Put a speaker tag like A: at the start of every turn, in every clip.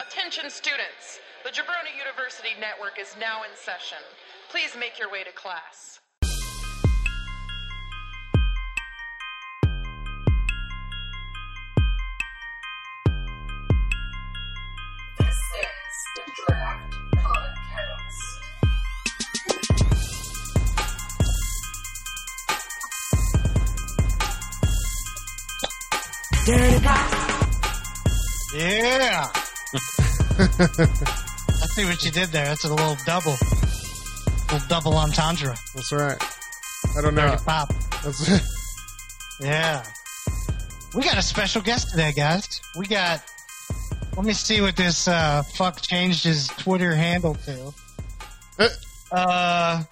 A: Attention students, the Jabrona University Network is now in session. Please make your way to class.
B: This is the Draft Podcast.
C: Yeah. I see what you did there. That's a little double. little double entendre.
D: That's right. I don't know.
C: Dirty pop.
D: That's,
C: Yeah. We got a special guest today, guys. We got. Let me see what this uh, fuck changed his Twitter handle to.
D: Eh.
C: Uh,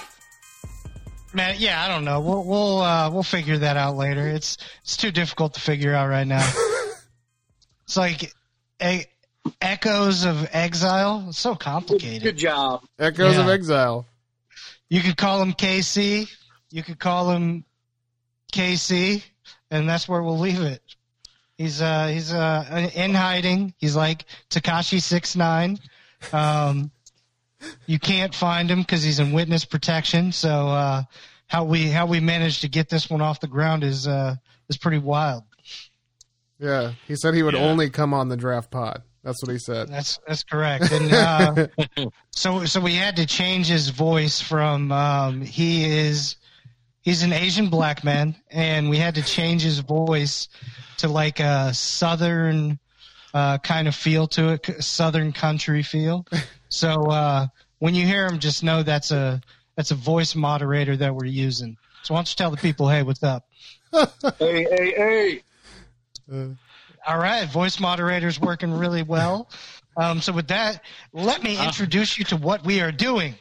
C: man, yeah, I don't know. We'll we'll uh, we'll figure that out later. It's it's too difficult to figure out right now. it's like e- echoes of exile. It's so complicated.
E: Good job.
D: Echoes of
C: Yeah.
D: Exile.
C: You could call him KC. You could call him KC, and that's where we'll leave it. He's uh he's uh in hiding. He's like Takashi six nine. Um, you can't find him because he's in witness protection. So uh, how we how we managed to get this one off the ground is uh is pretty wild.
D: Yeah. He said he would
F: Yeah.
D: only come on the draft pod. That's what he said.
C: That's that's correct. And uh, so so we had to change his voice from um, he is he's an Asian black man, and we had to change his voice to like a southern uh, kind of feel to it, c- southern country feel. So uh, when you hear him, just know that's a that's a voice moderator that we're using. So why don't you tell the people, hey, what's up?
E: Hey, hey, hey.
D: Uh,
C: All right, voice moderator's working really well. Um, so with that, let me introduce you to what we are doing.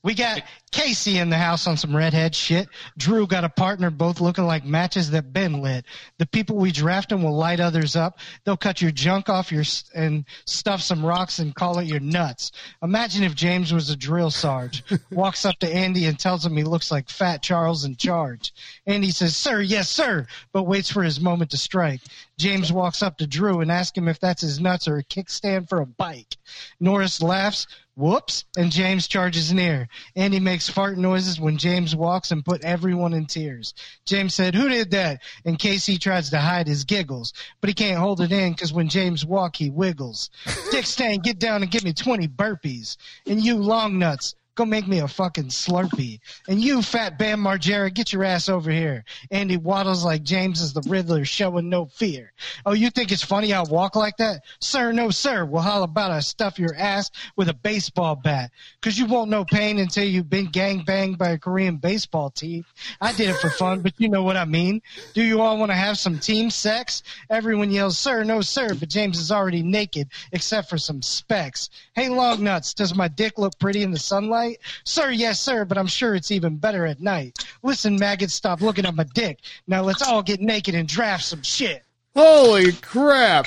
C: We got Casey in the house on some redhead shit. Drew got a partner, both looking like matches that been lit. The people we drafting will light others up. They'll cut your junk off your s- and stuff some rocks and call it your nuts. Imagine if James was a drill sarge, walks up to Andy and tells him he looks like Fat Charles in charge. Andy says, "Sir, yes, sir," but waits for his moment to strike. James walks up to Drew and asks him if that's his nuts or a kickstand for a bike. Norris laughs, whoops, and James charges near. Andy makes fart noises when James walks and put everyone in tears. James said, Who did that? And Casey tries to hide his giggles, but he can't hold it in because when James walk, he wiggles. Dick Stain, get down and give me 20 burpees. And you long nuts. Go make me a fucking Slurpee. And you, fat Bam Margera, get your ass over here. Andy waddles like James is the Riddler, showing no fear. Oh, you think it's funny I walk like that? Sir, no, sir. Well, how about I stuff your ass with a baseball bat? Because you won't know pain until you've been gang banged by a Korean baseball team. I did it for fun, but you know what I mean. Do you all want to have some team sex? Everyone yells, sir, no, sir, but James is already naked, except for some specs. Hey, long nuts, does my dick look pretty in the sunlight? Sir, yes, sir, but I'm sure it's even better at night. Listen, maggot, stop looking at my dick. Now let's all get naked and draft some shit.
D: Holy crap.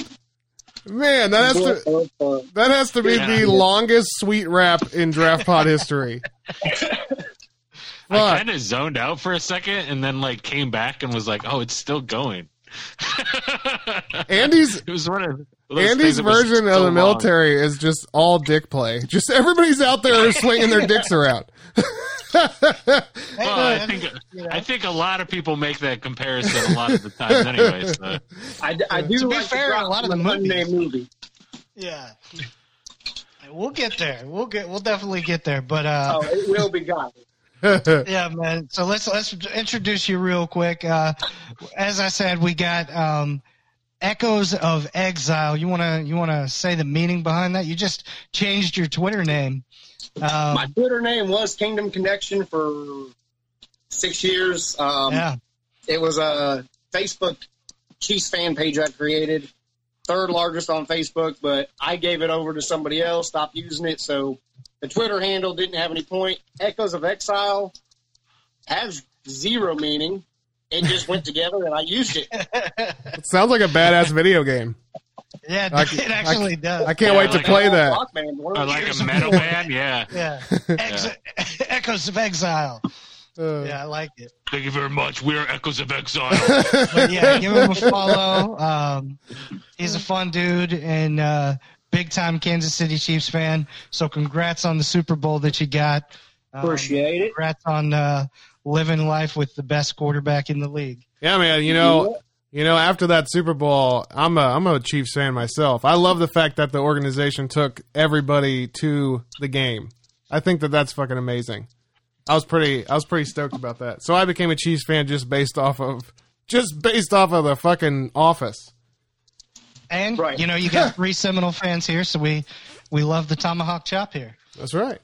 D: Man, that has to
E: Uh,
D: that has to be
F: Yeah.
D: the longest sweet rap in draft pod history.
F: I
D: Fuck.
F: kind of zoned out for a second and then like came back and was like, "Oh, it's still going."
D: Andy's
F: it was one of those
D: Andy's
F: things that was
D: version
F: so
D: of the
F: long.
D: military is just all dick play. Just everybody's out there swinging their dicks around.
F: Well, I think I think a lot of people make that comparison a lot of the times, anyway. So.
E: I, I do
C: To be
E: like
C: fair,
E: the drop
C: a lot of the
E: from an
C: movies-
E: unnamed movie.
C: Yeah. We'll get there. We'll get. We'll definitely get there. But uh,
E: Oh, it will be got.
C: yeah, man. So let's let's introduce you real quick. Uh, as I said, we got um, Echoes of Exile. You wanna you wanna say the meaning behind that? You just changed your Twitter name. Um,
E: My Twitter name was Kingdom Connection for six years. Um,
C: yeah.
E: It was a Facebook Chiefs fan page I created, third largest on Facebook, but I gave it over to somebody else, stopped using it. So the Twitter handle didn't have any point. Echoes of Exile has zero meaning. It just went together and I used it.
D: Sounds like a badass video game.
C: Yeah, it,
D: I c-
C: it actually does.
D: I can't
F: Yeah,
D: wait to
F: like-
D: play that.
E: Rockman, one
F: Or
E: of the
F: like
E: years
F: a metal band, yeah.
C: yeah. Ex- Echoes of Exile.
D: Uh,
C: Yeah, I like it.
F: Thank you very much. We are Echoes of Exile.
C: but yeah, give him a follow. Um, he's a fun dude, and uh, big time Kansas City Chiefs fan. So congrats on the Super Bowl that you got. Um,
E: Appreciate it.
C: Congrats on uh, living life with the best quarterback in the league.
D: Yeah, man. You know, you know, after that Super Bowl, I'm a I'm a Chiefs fan myself. I love the fact that the organization took everybody to the game. I think that that's fucking amazing. I was pretty I was pretty stoked about that. So I became a Chiefs fan just based off of just based off of the fucking office.
C: And
E: Right.
C: you know you got three Seminole fans here, so we we love the tomahawk chop here.
D: That's right.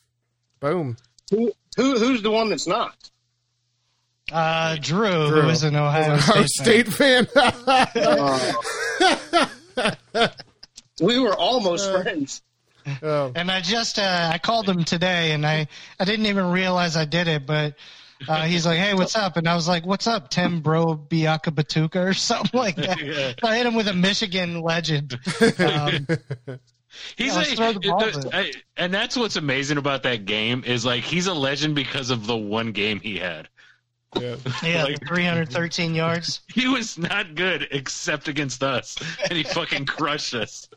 D: Boom.
E: Who, who who's the one that's not?
C: Uh, Drew,
D: Drew.
C: who is an Ohio
D: Our
C: State, fan.
D: state fan.
E: We were almost friends.
D: oh,
C: and I just uh, I called him today, and I I didn't even realize I did it, but uh, he's like, "Hey, what's up?" And I was like, "What's up, Tim Bro Biaka Batuka or something like that." So I hit him with a Michigan legend. Um,
F: He's
C: Yeah,
F: a,
C: let's throw the ball to him.
F: I- and that's what's amazing about that game is like he's a legend because of the one game he had.
D: yeah.
C: yeah,
F: Like-
C: 313 yards.
F: He was not good except against us, and he fucking crushed us.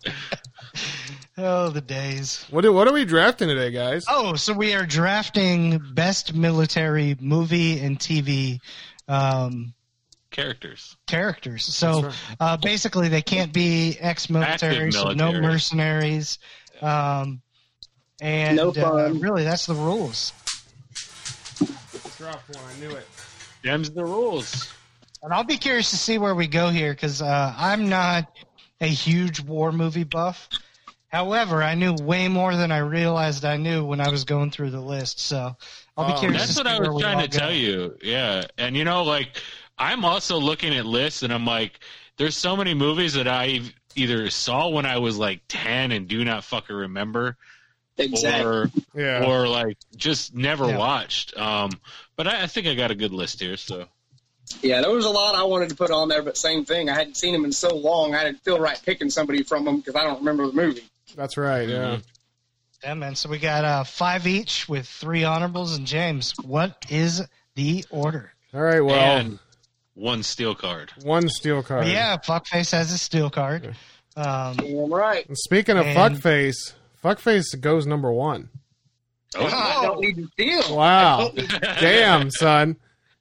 C: Oh, the days.
D: What do, what are we drafting today, guys?
C: Oh, so we are drafting best military movie and TV um,
F: Characters.
C: characters. So uh, basically, they can't be ex-military,
F: Active
C: so no
F: military.
C: mercenaries, um, and
E: No
C: uh,
E: fun.
C: really, that's the rules.
D: Drop one. I knew it.
F: Them's the rules.
C: And I'll be curious to see where we go here because uh, I'm not a huge war movie buff. However, I knew way more than I realized I knew when I was going through the list. So I'll be
D: Oh,
C: curious.
F: That's
C: to
F: what
C: see
F: I
C: where
F: was
C: we
F: trying
C: all
F: to
C: go.
F: tell you. Yeah. And you know, like I'm also looking at lists and I'm like, there's so many movies that I either saw when I was like ten and do not fucking remember
E: Exactly.
F: or
D: Yeah.
F: or like just never
C: Yeah.
F: watched. Um but I, I think I got a good list here, so
E: Yeah, there was a lot I wanted to put on there, but same thing. I hadn't seen him in so long. I didn't feel right picking somebody from him because I don't remember the movie.
D: That's right. Yeah.
C: Yeah, man. So we got uh, five each with three honorables and James. What is the order?
D: All right. Well,
F: and one steel card.
D: one steel card.
C: Yeah, Fuckface has a steel card. Um,
E: Damn right.
D: And speaking of
C: And-
D: fuckface, fuckface goes number one.
E: I don't need to steal.
D: Wow. Damn, son.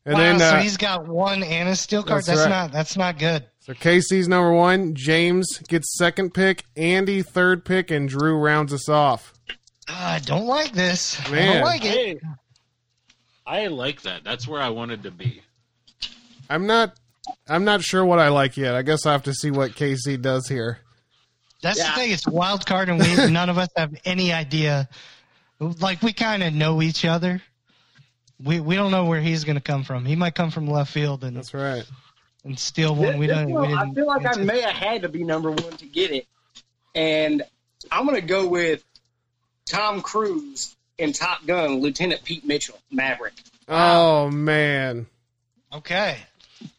D: And
C: wow,
D: then
C: so
D: uh,
C: he's got one and a steel card.
D: That's
C: That's,
D: right.
C: not. That's not good.
D: so Casey's number one. James gets second pick. Andy third pick, and Drew rounds us off.
C: Ah, I don't like this. I
D: Man.
C: don't like it.
F: Hey, I like that. That's where I wanted to be.
D: I'm not. I'm not sure what I like yet. I guess I have to see what Casey does here.
C: That's
E: Yeah.
C: the thing. It's a wild card, and we none of us have any idea. Like we kind of know each other. We we don't know where he's going to come from. He might come from left field and
D: That's right.
C: and steal one. We
E: This
C: don't.
E: one,
C: we
E: I
C: didn't
E: feel like I
C: anticipate.
E: may have had to be number one to get it, and I'm going to go with Tom Cruise in Top Gun, Lieutenant Pete Mitchell, Maverick.
D: Oh man,
C: Okay.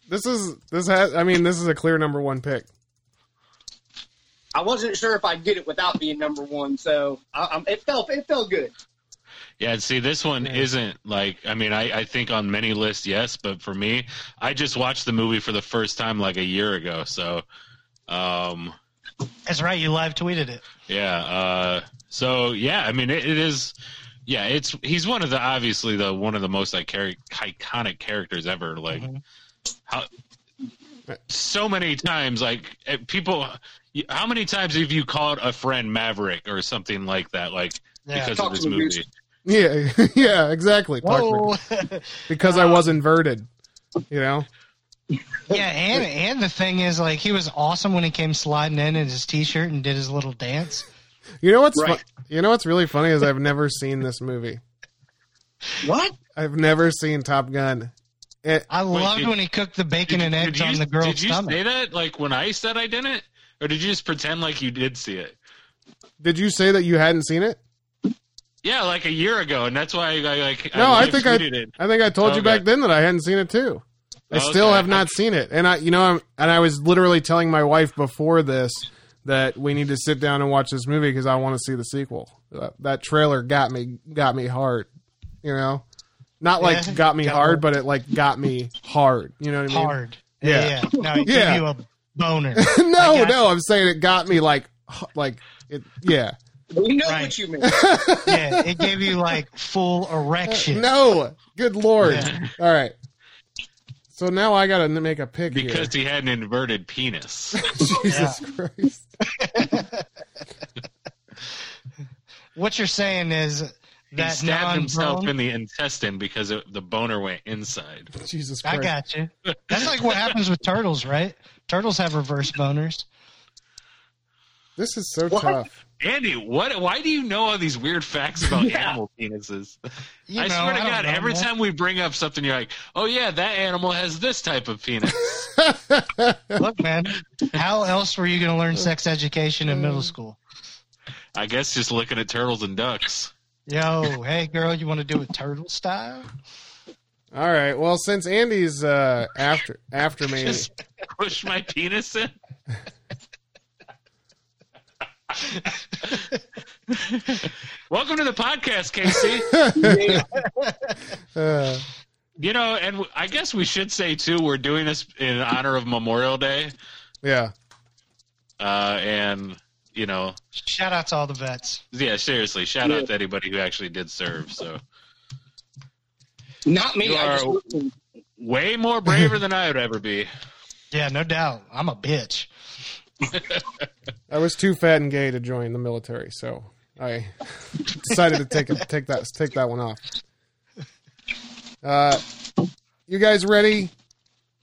D: this is this has. I mean, this is a clear number one pick.
E: I wasn't sure if I'd get it without being number one, so I, I'm, it felt it felt good.
F: Yeah, and see, this one isn't like, I mean, I, I think on many lists, yes, but for me, I just watched the movie for the first time like a year ago. So, um,
C: That's right. You live tweeted it.
F: yeah. Uh, so, yeah, I mean, it, it is, yeah, it's, he's one of the, obviously, the one of the most like, char- iconic characters ever. Like, how, so many times, like, eh, people, how many times have you called a friend Maverick or something like that? Like,
C: Yeah.
F: because
E: Talk to
F: of this
E: the
F: movie.
E: goose.
D: Yeah, yeah, exactly.
C: Whoa.
D: Because I was inverted. You know.
C: yeah, and and the thing is, like, he was awesome when he came sliding in in his t-shirt and did his little dance.
D: You know what's
E: Right.
D: fu- you know what's really funny is I've never seen this movie.
E: What?
D: I've never seen Top Gun. It,
C: I loved
F: did-
C: when he cooked the bacon and eggs
F: you-
C: on the girl's
F: Did you
C: stomach.
F: say that like when I said I didn't, or did you just pretend like you did see it?
D: did you say that you hadn't seen it?
F: Yeah, like a year ago, and that's why I, I like.
D: No, I,
F: live
D: think I
F: tweeted it.
D: I think I told you
F: Okay.
D: back then that I hadn't seen it too. I
F: Okay.
D: still have not seen it, and I you know I'm, and I was literally telling my wife before this that we need to sit down and watch this movie because I want to see the sequel. Uh, that trailer got me got me hard. You know, not like
C: Yeah.
D: got me
C: Got
D: hard,
C: me.
D: but it like got me hard. You know what I mean?
C: Hard.
D: Yeah.
C: yeah. No, he
D: Yeah.
C: gave you a boner.
D: no,
C: got
D: no, I'm saying it got me like like it, yeah.
E: We know
C: Right.
E: what you mean.
C: yeah, it gave you like full erection.
D: No, good lord.
C: Yeah.
D: All right. So now I gotta make a pick
F: because he had an inverted penis.
D: here. Jesus Christ.
C: What you're saying is
F: he
C: that
F: stabbed himself
C: non-bone-
F: in the intestine because it, the boner went inside.
D: Jesus
C: I
D: Christ.
C: got you. That's like what happens with turtles, right? Turtles have reverse boners.
D: This is so
E: What?
D: tough.
F: Andy, what? Why do you know all these weird facts about animal penises?
C: You
F: I
C: know,
F: swear to
C: don't
F: God,
C: know,
F: every
C: man.
F: time we bring up something, you're like, "Oh yeah, that animal has this type of penis."
C: Look, man, how else were you going to learn sex education in middle school?
F: I guess just looking at turtles and ducks.
C: Yo, hey girl, you want to do it turtle style?
D: All right. Well, since Andy's uh, after after me,
F: Just push my penis in. Welcome to the podcast, Casey.
D: uh,
F: You know, and w- I guess we should say too, we're doing this in honor of Memorial Day,
D: yeah,
F: uh, and you know,
C: Shout out to all the vets.
F: yeah, seriously, shout out to anybody who actually did serve. So,
E: Not me.
F: You
E: I just
F: are- way more braver than I would ever be.
C: Yeah, no doubt. I'm a bitch.
D: I was too fat and gay to join the military, so I decided to take it- take that take that one off. Uh, you guys ready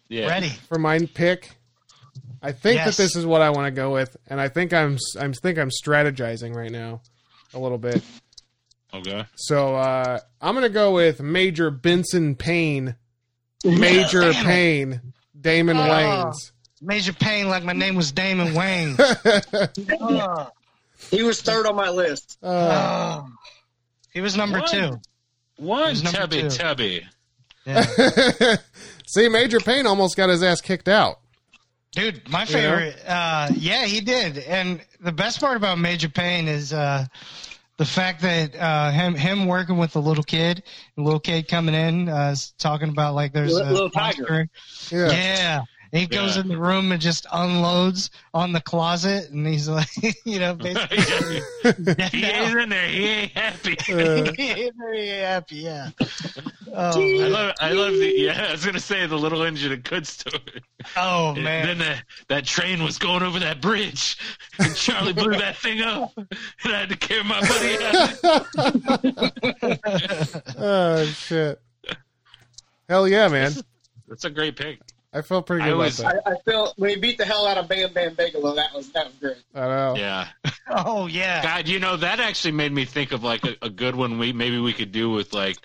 F: Yeah,
C: Ready?
D: for my pick? I think
C: Yes.
D: that this is what I want to go with, and I think I'm s- I'm think I'm strategizing right now a little bit.
F: Okay.
D: So uh, I'm gonna go with Major Benson Payne, Major Payne, Damon
C: Oh.
D: Wayans.
C: Major pain like my name was Damon Wayne. Ugh.
E: he was third on my list.
D: Uh,
C: Ugh. Um, he was number
F: What?
C: two.
F: One
C: Who's number
F: tubby
C: two?
F: tubby.
C: Yeah.
D: See, Major Payne almost got his ass kicked out.
C: Dude, my
D: know?
C: favorite. Uh, yeah, he did. And the best part about Major Payne is uh, the fact that uh, him him working with the little kid, the little kid coming in, uh, s- talking about like there's
E: Little-
C: a
E: little tiger.
C: monster.
D: Yeah.
C: Yeah. And he goes
F: Yeah.
C: in the room and just unloads on the closet, and he's like, you know, basically,
F: he ain't in there. He ain't happy.
D: Uh,
C: he's very happy. Yeah. Oh,
F: I love, I love the. Yeah, I was gonna say the little engine of good story.
C: oh
F: Then
C: man.
F: the, that train was going over that bridge, and Charlie blew that thing up, and I had to carry my buddy out.
D: oh shit. Hell yeah, man.
F: That's a great pick.
D: I felt pretty
F: I
D: good
F: was-
E: I,
D: about
E: I felt when he beat the hell out of Bam Bam Bigelow. That was that was great.
D: that. I know.
F: Yeah,
C: Oh yeah.
F: God, you know that actually made me think of like a, a good one. We maybe we could do with like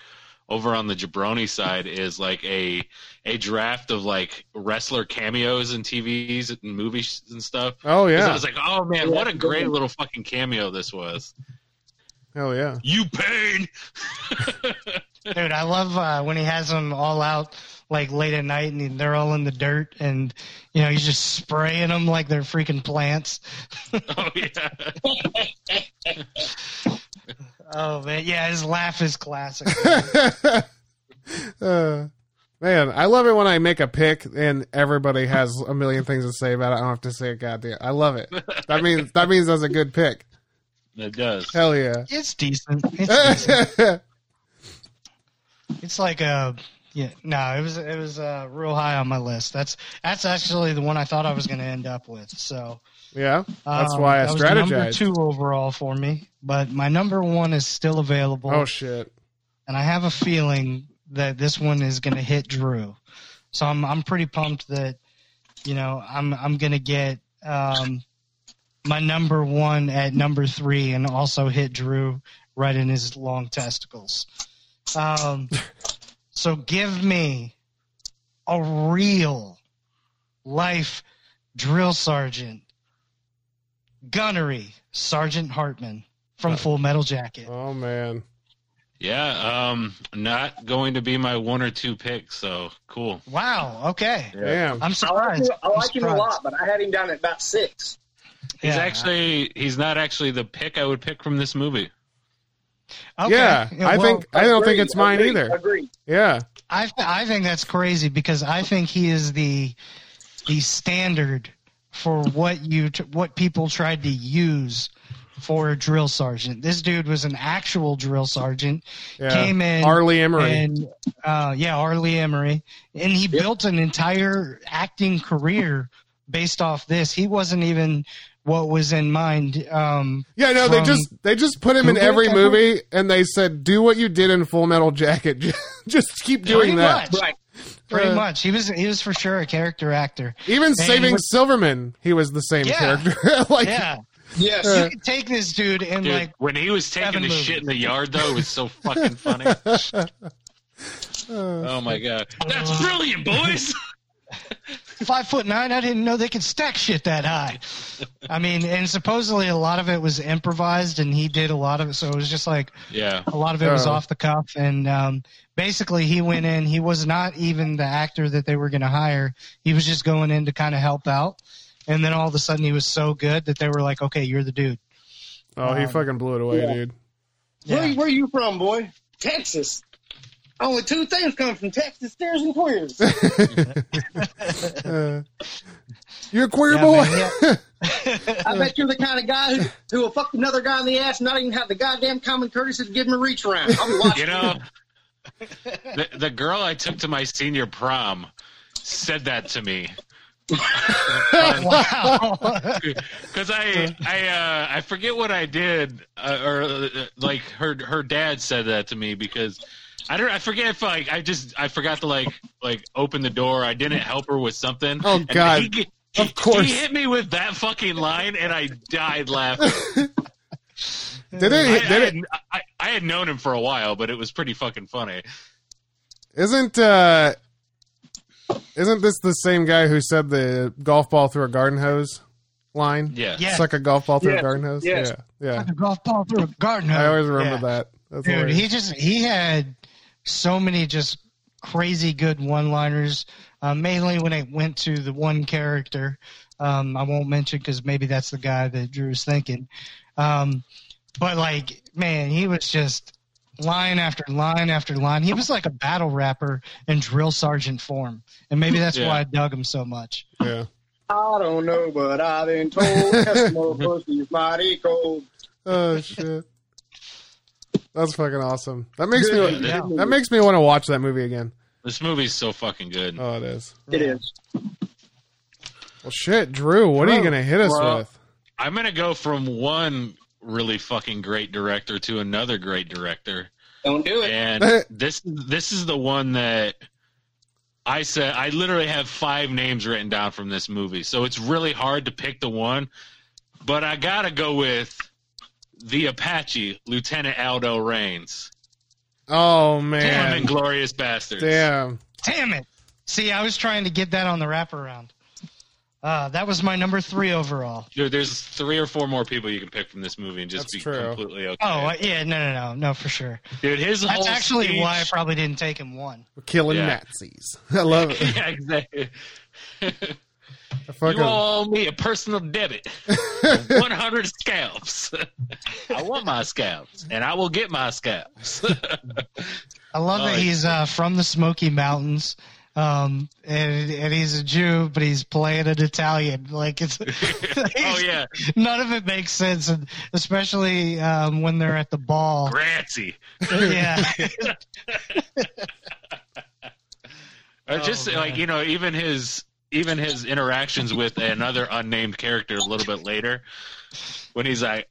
F: over on the jabroni side is like a a draft of like wrestler cameos in TVs and movies and stuff.
D: Oh
F: 'Cause I
D: yeah.
F: was like, oh man, what a great little fucking cameo this was.
D: Hell yeah.
F: You pain.
C: Dude, I love uh, when he has them all out like late at night and they're all in the dirt and you know he's just spraying them like they're freaking plants.
F: Oh yeah.
C: Oh man, yeah, his laugh is classic.
D: Uh, man, I love it when I make a pick and everybody has a million things to say about it. I don't have to say a goddamn. I love it. That means that means that's a good pick.
F: That does.
D: Hell yeah.
C: it's decent. It's, decent.
D: yeah.
C: It's like a yeah. No, it was it was uh, real high on my list. That's that's actually the one I thought I was going to end up with. So um,
D: That's why I
C: that was Number
D: strategized.
C: two overall for me, but my number one is still available.
D: Oh shit.
C: and I have a feeling that this one is going to hit Drew. So I'm I'm pretty pumped that you know I'm I'm going to get um, my number one at number three and also hit Drew right in his long testicles. Um, so give me a real life drill sergeant, gunnery Sergeant Hartman from Full Metal Jacket.
D: Oh man.
F: Yeah, um not going to be my one or two picks, so cool.
C: Wow. Okay. I'm
D: Damn.
E: I like, him,
C: surprised.
E: I like him a
C: I'm
E: lot, but I had him down at about six.
C: surprised.
F: He's
C: Yeah.
F: actually he's not actually the pick I would pick from this movie.
C: Okay.
D: Yeah, I
C: well,
D: think I don't think
E: Agreed,
D: it's mine
E: agreed,
D: either.
E: Agreed.
D: Yeah.
C: I I think that's crazy because I think he is the the standard for what you t- what people tried to use for a drill sergeant. This dude was an actual drill sergeant.
D: Yeah.
C: Came in
D: Arlie Emery.
C: and uh, yeah, Arlie Emery, and he built an entire acting career based off this. He wasn't even what was in mind. Um,
D: yeah, no, they
C: from-
D: just they just put him in
C: Google
D: every
C: Pepper?
D: movie, and they said, "Do what you did in Full Metal Jacket. just keep doing
C: pretty
D: that."
C: much,
E: Right.
C: pretty
D: Uh,
C: much. He was he was for sure a character actor.
D: Even
C: he
D: Saving
C: was-
D: Silverman, he was the same
C: Yeah.
D: character. like,
C: Yeah,
E: Yes.
D: Uh,
C: you could take this dude and
F: Dude,
C: like
F: when he was taking
C: seven
F: the shit in the yard, though, it was so fucking funny. oh my god,
C: Uh,
F: that's brilliant, boys!
C: five foot nine. I didn't know they could stack shit that high. I mean, and supposedly a lot of it was improvised, and he did a lot of it. So it was just like
F: yeah,
C: a lot of it was
D: Oh.
C: off the cuff, and um, basically he went in. He was not even the actor that they were going to hire. He was just going in to kind of help out. And then all of a sudden he was so good that they were like, "Okay, you're the dude."
D: oh, he
C: Um,
D: fucking blew it away,
E: yeah.
D: dude.
E: Where, where you from, boy? Texas. Only two things come from Texas: stairs and queers.
D: Uh, you're a queer
C: Yeah,
D: boy.
C: man,
E: I bet you're the kind of guy who, who will fuck another guy in the ass, and not even have the goddamn common courtesy to give him a reach around. I'll be watching.
F: you know, the, the girl I took to my senior prom said that to me.
C: Wow.
F: because I I uh, I forget what I did, uh, or uh, like her her dad said that to me because I don't I forget if like I just I forgot to like like open the door. I didn't help her with something.
D: Oh,
F: And
D: God.
F: he ge- he-
D: Of course.
F: he hit me with that fucking line, and I died laughing.
D: Did
F: I, I,
D: it? Did it?
F: had, I, I had known him for a while, but it was pretty fucking funny.
D: Isn't uh, isn't this the same guy who said the golf ball through a garden hose line?
F: Yeah,
C: Yeah.
D: Suck a golf ball through a
E: Yes,
D: garden hose.
E: yes.
D: Yeah, yeah.
C: A golf ball through a garden hose.
D: I always remember
C: Yeah.
D: that. That's
C: Dude,
D: hilarious.
C: he just he had so many just crazy good one-liners. Uh, mainly when it went to the one character, um, I won't mention because maybe that's the guy that Drew's thinking. Um, but like, man, he was just line after line after line. He was like a battle rapper in drill sergeant form, and maybe that's
F: Yeah.
C: why I dug him so much.
D: yeah.
E: I don't know, but I've been told Eskimo pussy's mighty cold.
D: Oh shit. That's fucking awesome. That makes me
E: Good.
F: Yeah.
D: that makes me want to watch that movie again.
F: this movie's so fucking good.
D: Oh, it is.
E: It is.
D: Well, shit, Drew. What are you
F: Bro,
D: gonna hit us
F: bro.
D: with?
F: I'm gonna go from one really fucking great director to another great director.
E: Don't do it.
F: and this this is the one that I said I literally have five names written down from this movie, so it's really hard to pick the one. But I gotta go with the Apache, Lieutenant Aldo Rains,
D: Oh
F: damn
D: man,
F: inglorious bastards.
D: damn.
C: Damn it! See, I was trying to get that on the wraparound. Uh, that was my number three overall.
F: Dude, there's three or four more people you can pick from this movie and just
D: That's
F: be
D: true.
F: completely okay.
C: Oh uh, yeah, no, no, no, no, for sure.
F: Dude, his
C: That's
F: whole
C: actually
F: speech-
C: why I probably didn't take him one.
D: We're killing
F: Yeah.
D: Nazis. I love it.
F: yeah, exactly.
D: I
F: You
D: fucking-
F: owe me a personal debit. of 100 scalps. I want my scalps, and I will get my scalps.
C: I love
F: Oh,
C: that
F: yeah.
C: he's uh, from the Smoky Mountains, um, and, and he's a Jew, but he's playing an Italian. Like it's,
F: oh, yeah.
C: none of it makes sense, and especially um, when they're at the ball.
F: Grancy.
C: yeah,
F: Or Uh, just
C: Oh,
F: like,
C: man.
F: you know, even his. Even his interactions with another unnamed character a little bit later, when he's like,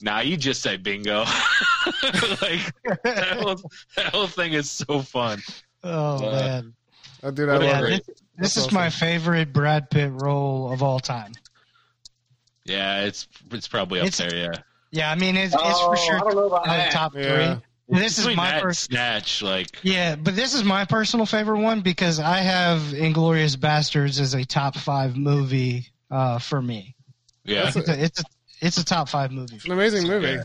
F: "Nah, you just say bingo." like that whole, that whole thing is so fun.
C: oh
F: Uh,
C: man,
D: oh, dude, I
F: What a
D: love
C: yeah,
D: it.
F: great-
C: this, this
D: That's
C: is my favorite Brad Pitt role of all time.
F: Yeah, it's it's probably up
C: It's-
F: there. Yeah,
C: Yeah, I mean it's, it's
E: Oh,
C: for
E: I don't
C: sure
E: know about
C: in the
E: that.
C: top
D: Yeah.
C: three. This is
F: Between
C: my
F: that and
C: first.
F: snatch. Like,
C: Yeah, but this is my personal favorite one because I have Inglorious Bastards as a top five movie uh, for me.
F: yeah,
C: It's a, it's a it's a top five movie.
D: It's an amazing movie.
F: Yeah.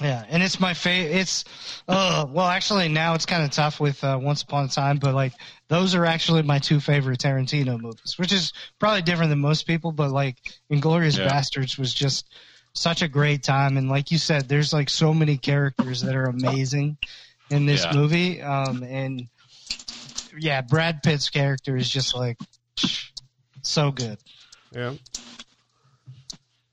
C: Yeah, and it's my favorite. It's uh, well, actually, now it's kind of tough with uh, Once Upon a Time, but like those are actually my two favorite Tarantino movies, which is probably different than most people. But like Inglorious
F: Yeah.
C: Bastards was just such a great time, and like you said, there's like so many characters that are amazing in this
F: Yeah.
C: movie, um, and yeah, Brad Pitt's character is just like so good.
D: Yeah.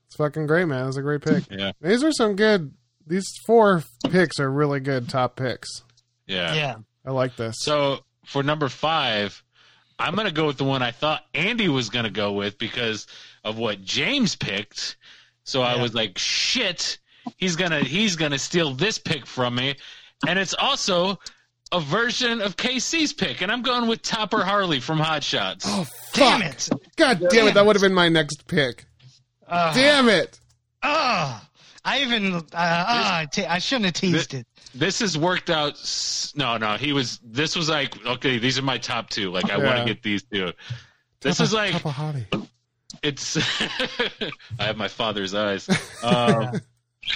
D: It's fucking great, man. It was a great pick.
F: Yeah.
D: These are some good. These four picks are really good top picks.
F: Yeah.
C: Yeah.
D: I like this.
F: So for number five, I'm gonna go with the one I thought Andy was gonna go with because of what James picked. So I
D: Yeah.
F: was like, shit, he's gonna he's gonna steal this pick from me. And it's also a version of KC's pick, and I'm going with Topper Harley from Hot Shots.
D: oh
C: Damn
D: fuck.
C: it.
D: God damn it! That would have been my next pick.
C: Uh,
D: Damn it!
C: Oh, I even uh, uh, I te- I shouldn't have teased it.
F: This has worked out. s- No, no, he was. This was like, okay, these are my top two. Like, I want
D: Yeah.
F: to get these two. This is like
D: Top of hottie.
F: it's. I have my father's eyes. Um,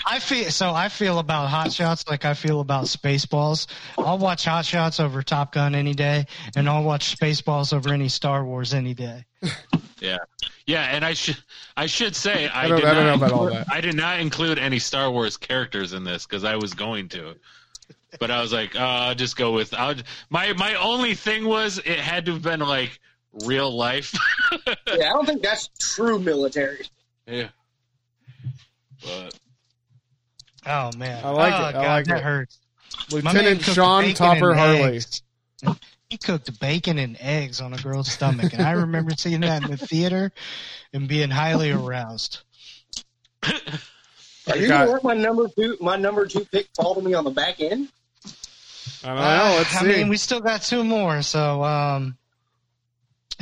C: I feel so. I feel about Hot Shots like I feel about Spaceballs. I'll watch Hot Shots over Top Gun any day, and I'll watch Spaceballs over any Star Wars any day.
F: Yeah, yeah, and I should I should say I,
D: don't-
F: did
D: I don't
F: not
D: know about all
F: include-
D: that.
F: I did not include any Star Wars characters in this because I was going to, but I was like, uh, I'll just go with. I'll, my my only thing was it had to have been like real life.
E: Yeah, I don't think that's true military.
F: yeah, but
C: Oh man,
D: I like
C: oh,
D: it. I
C: God,
D: like
C: that
D: it.
C: hurts. My man
D: Lieutenant
C: cooked
D: Sean
C: bacon
D: Topper
C: and
D: Harley.
C: eggs. He cooked bacon and eggs on a girl's stomach, and I remember seeing that in the theater and being highly aroused.
E: Are you
D: Got-
E: gonna let my number two my number two pick fall to me on the back end?
D: I don't know. Let's
C: Uh,
D: see.
C: I mean, we still got two more, so um,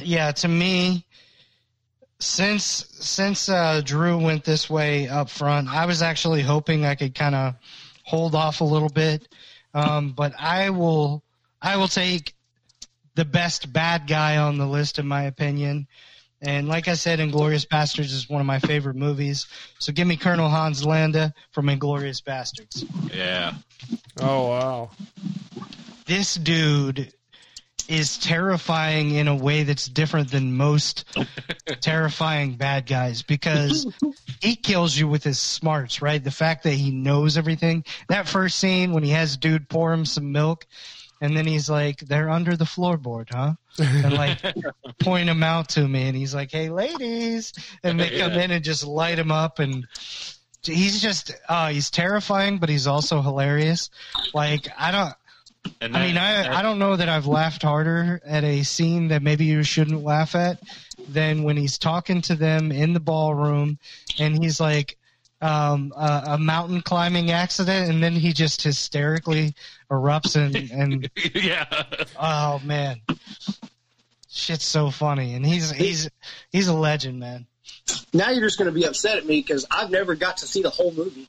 C: yeah. To me, since since uh, Drew went this way up front, I was actually hoping I could kind of hold off a little bit, um, but I will I will take the best bad guy on the list, in my opinion. And like I said, Inglorious Bastards is one of my favorite movies. So give me Colonel Hans Landa from Inglorious Bastards
F: yeah,
D: oh wow.
C: this dude is terrifying in a way that's different than most terrifying bad guys because he kills you with his smarts, right? The fact that he knows everything. That first scene when he has dude pour him some milk and then he's like, they're under the floorboard, huh? And like point him out to me and he's like, hey, ladies. And they come
F: Yeah.
C: in and just light him up and he's just, uh, he's terrifying, but he's also hilarious. Like, I don't,
F: and
C: I mean, I, I don't know that I've laughed harder at a scene that maybe you shouldn't laugh at than when he's talking to them in the ballroom and he's like, um, a, a mountain climbing accident, and then he just hysterically erupts and, and
F: yeah,
C: oh man, shit's so funny. And he's he's he's a legend, man.
E: Now you're just gonna be upset at me because I've never got to see the whole movie.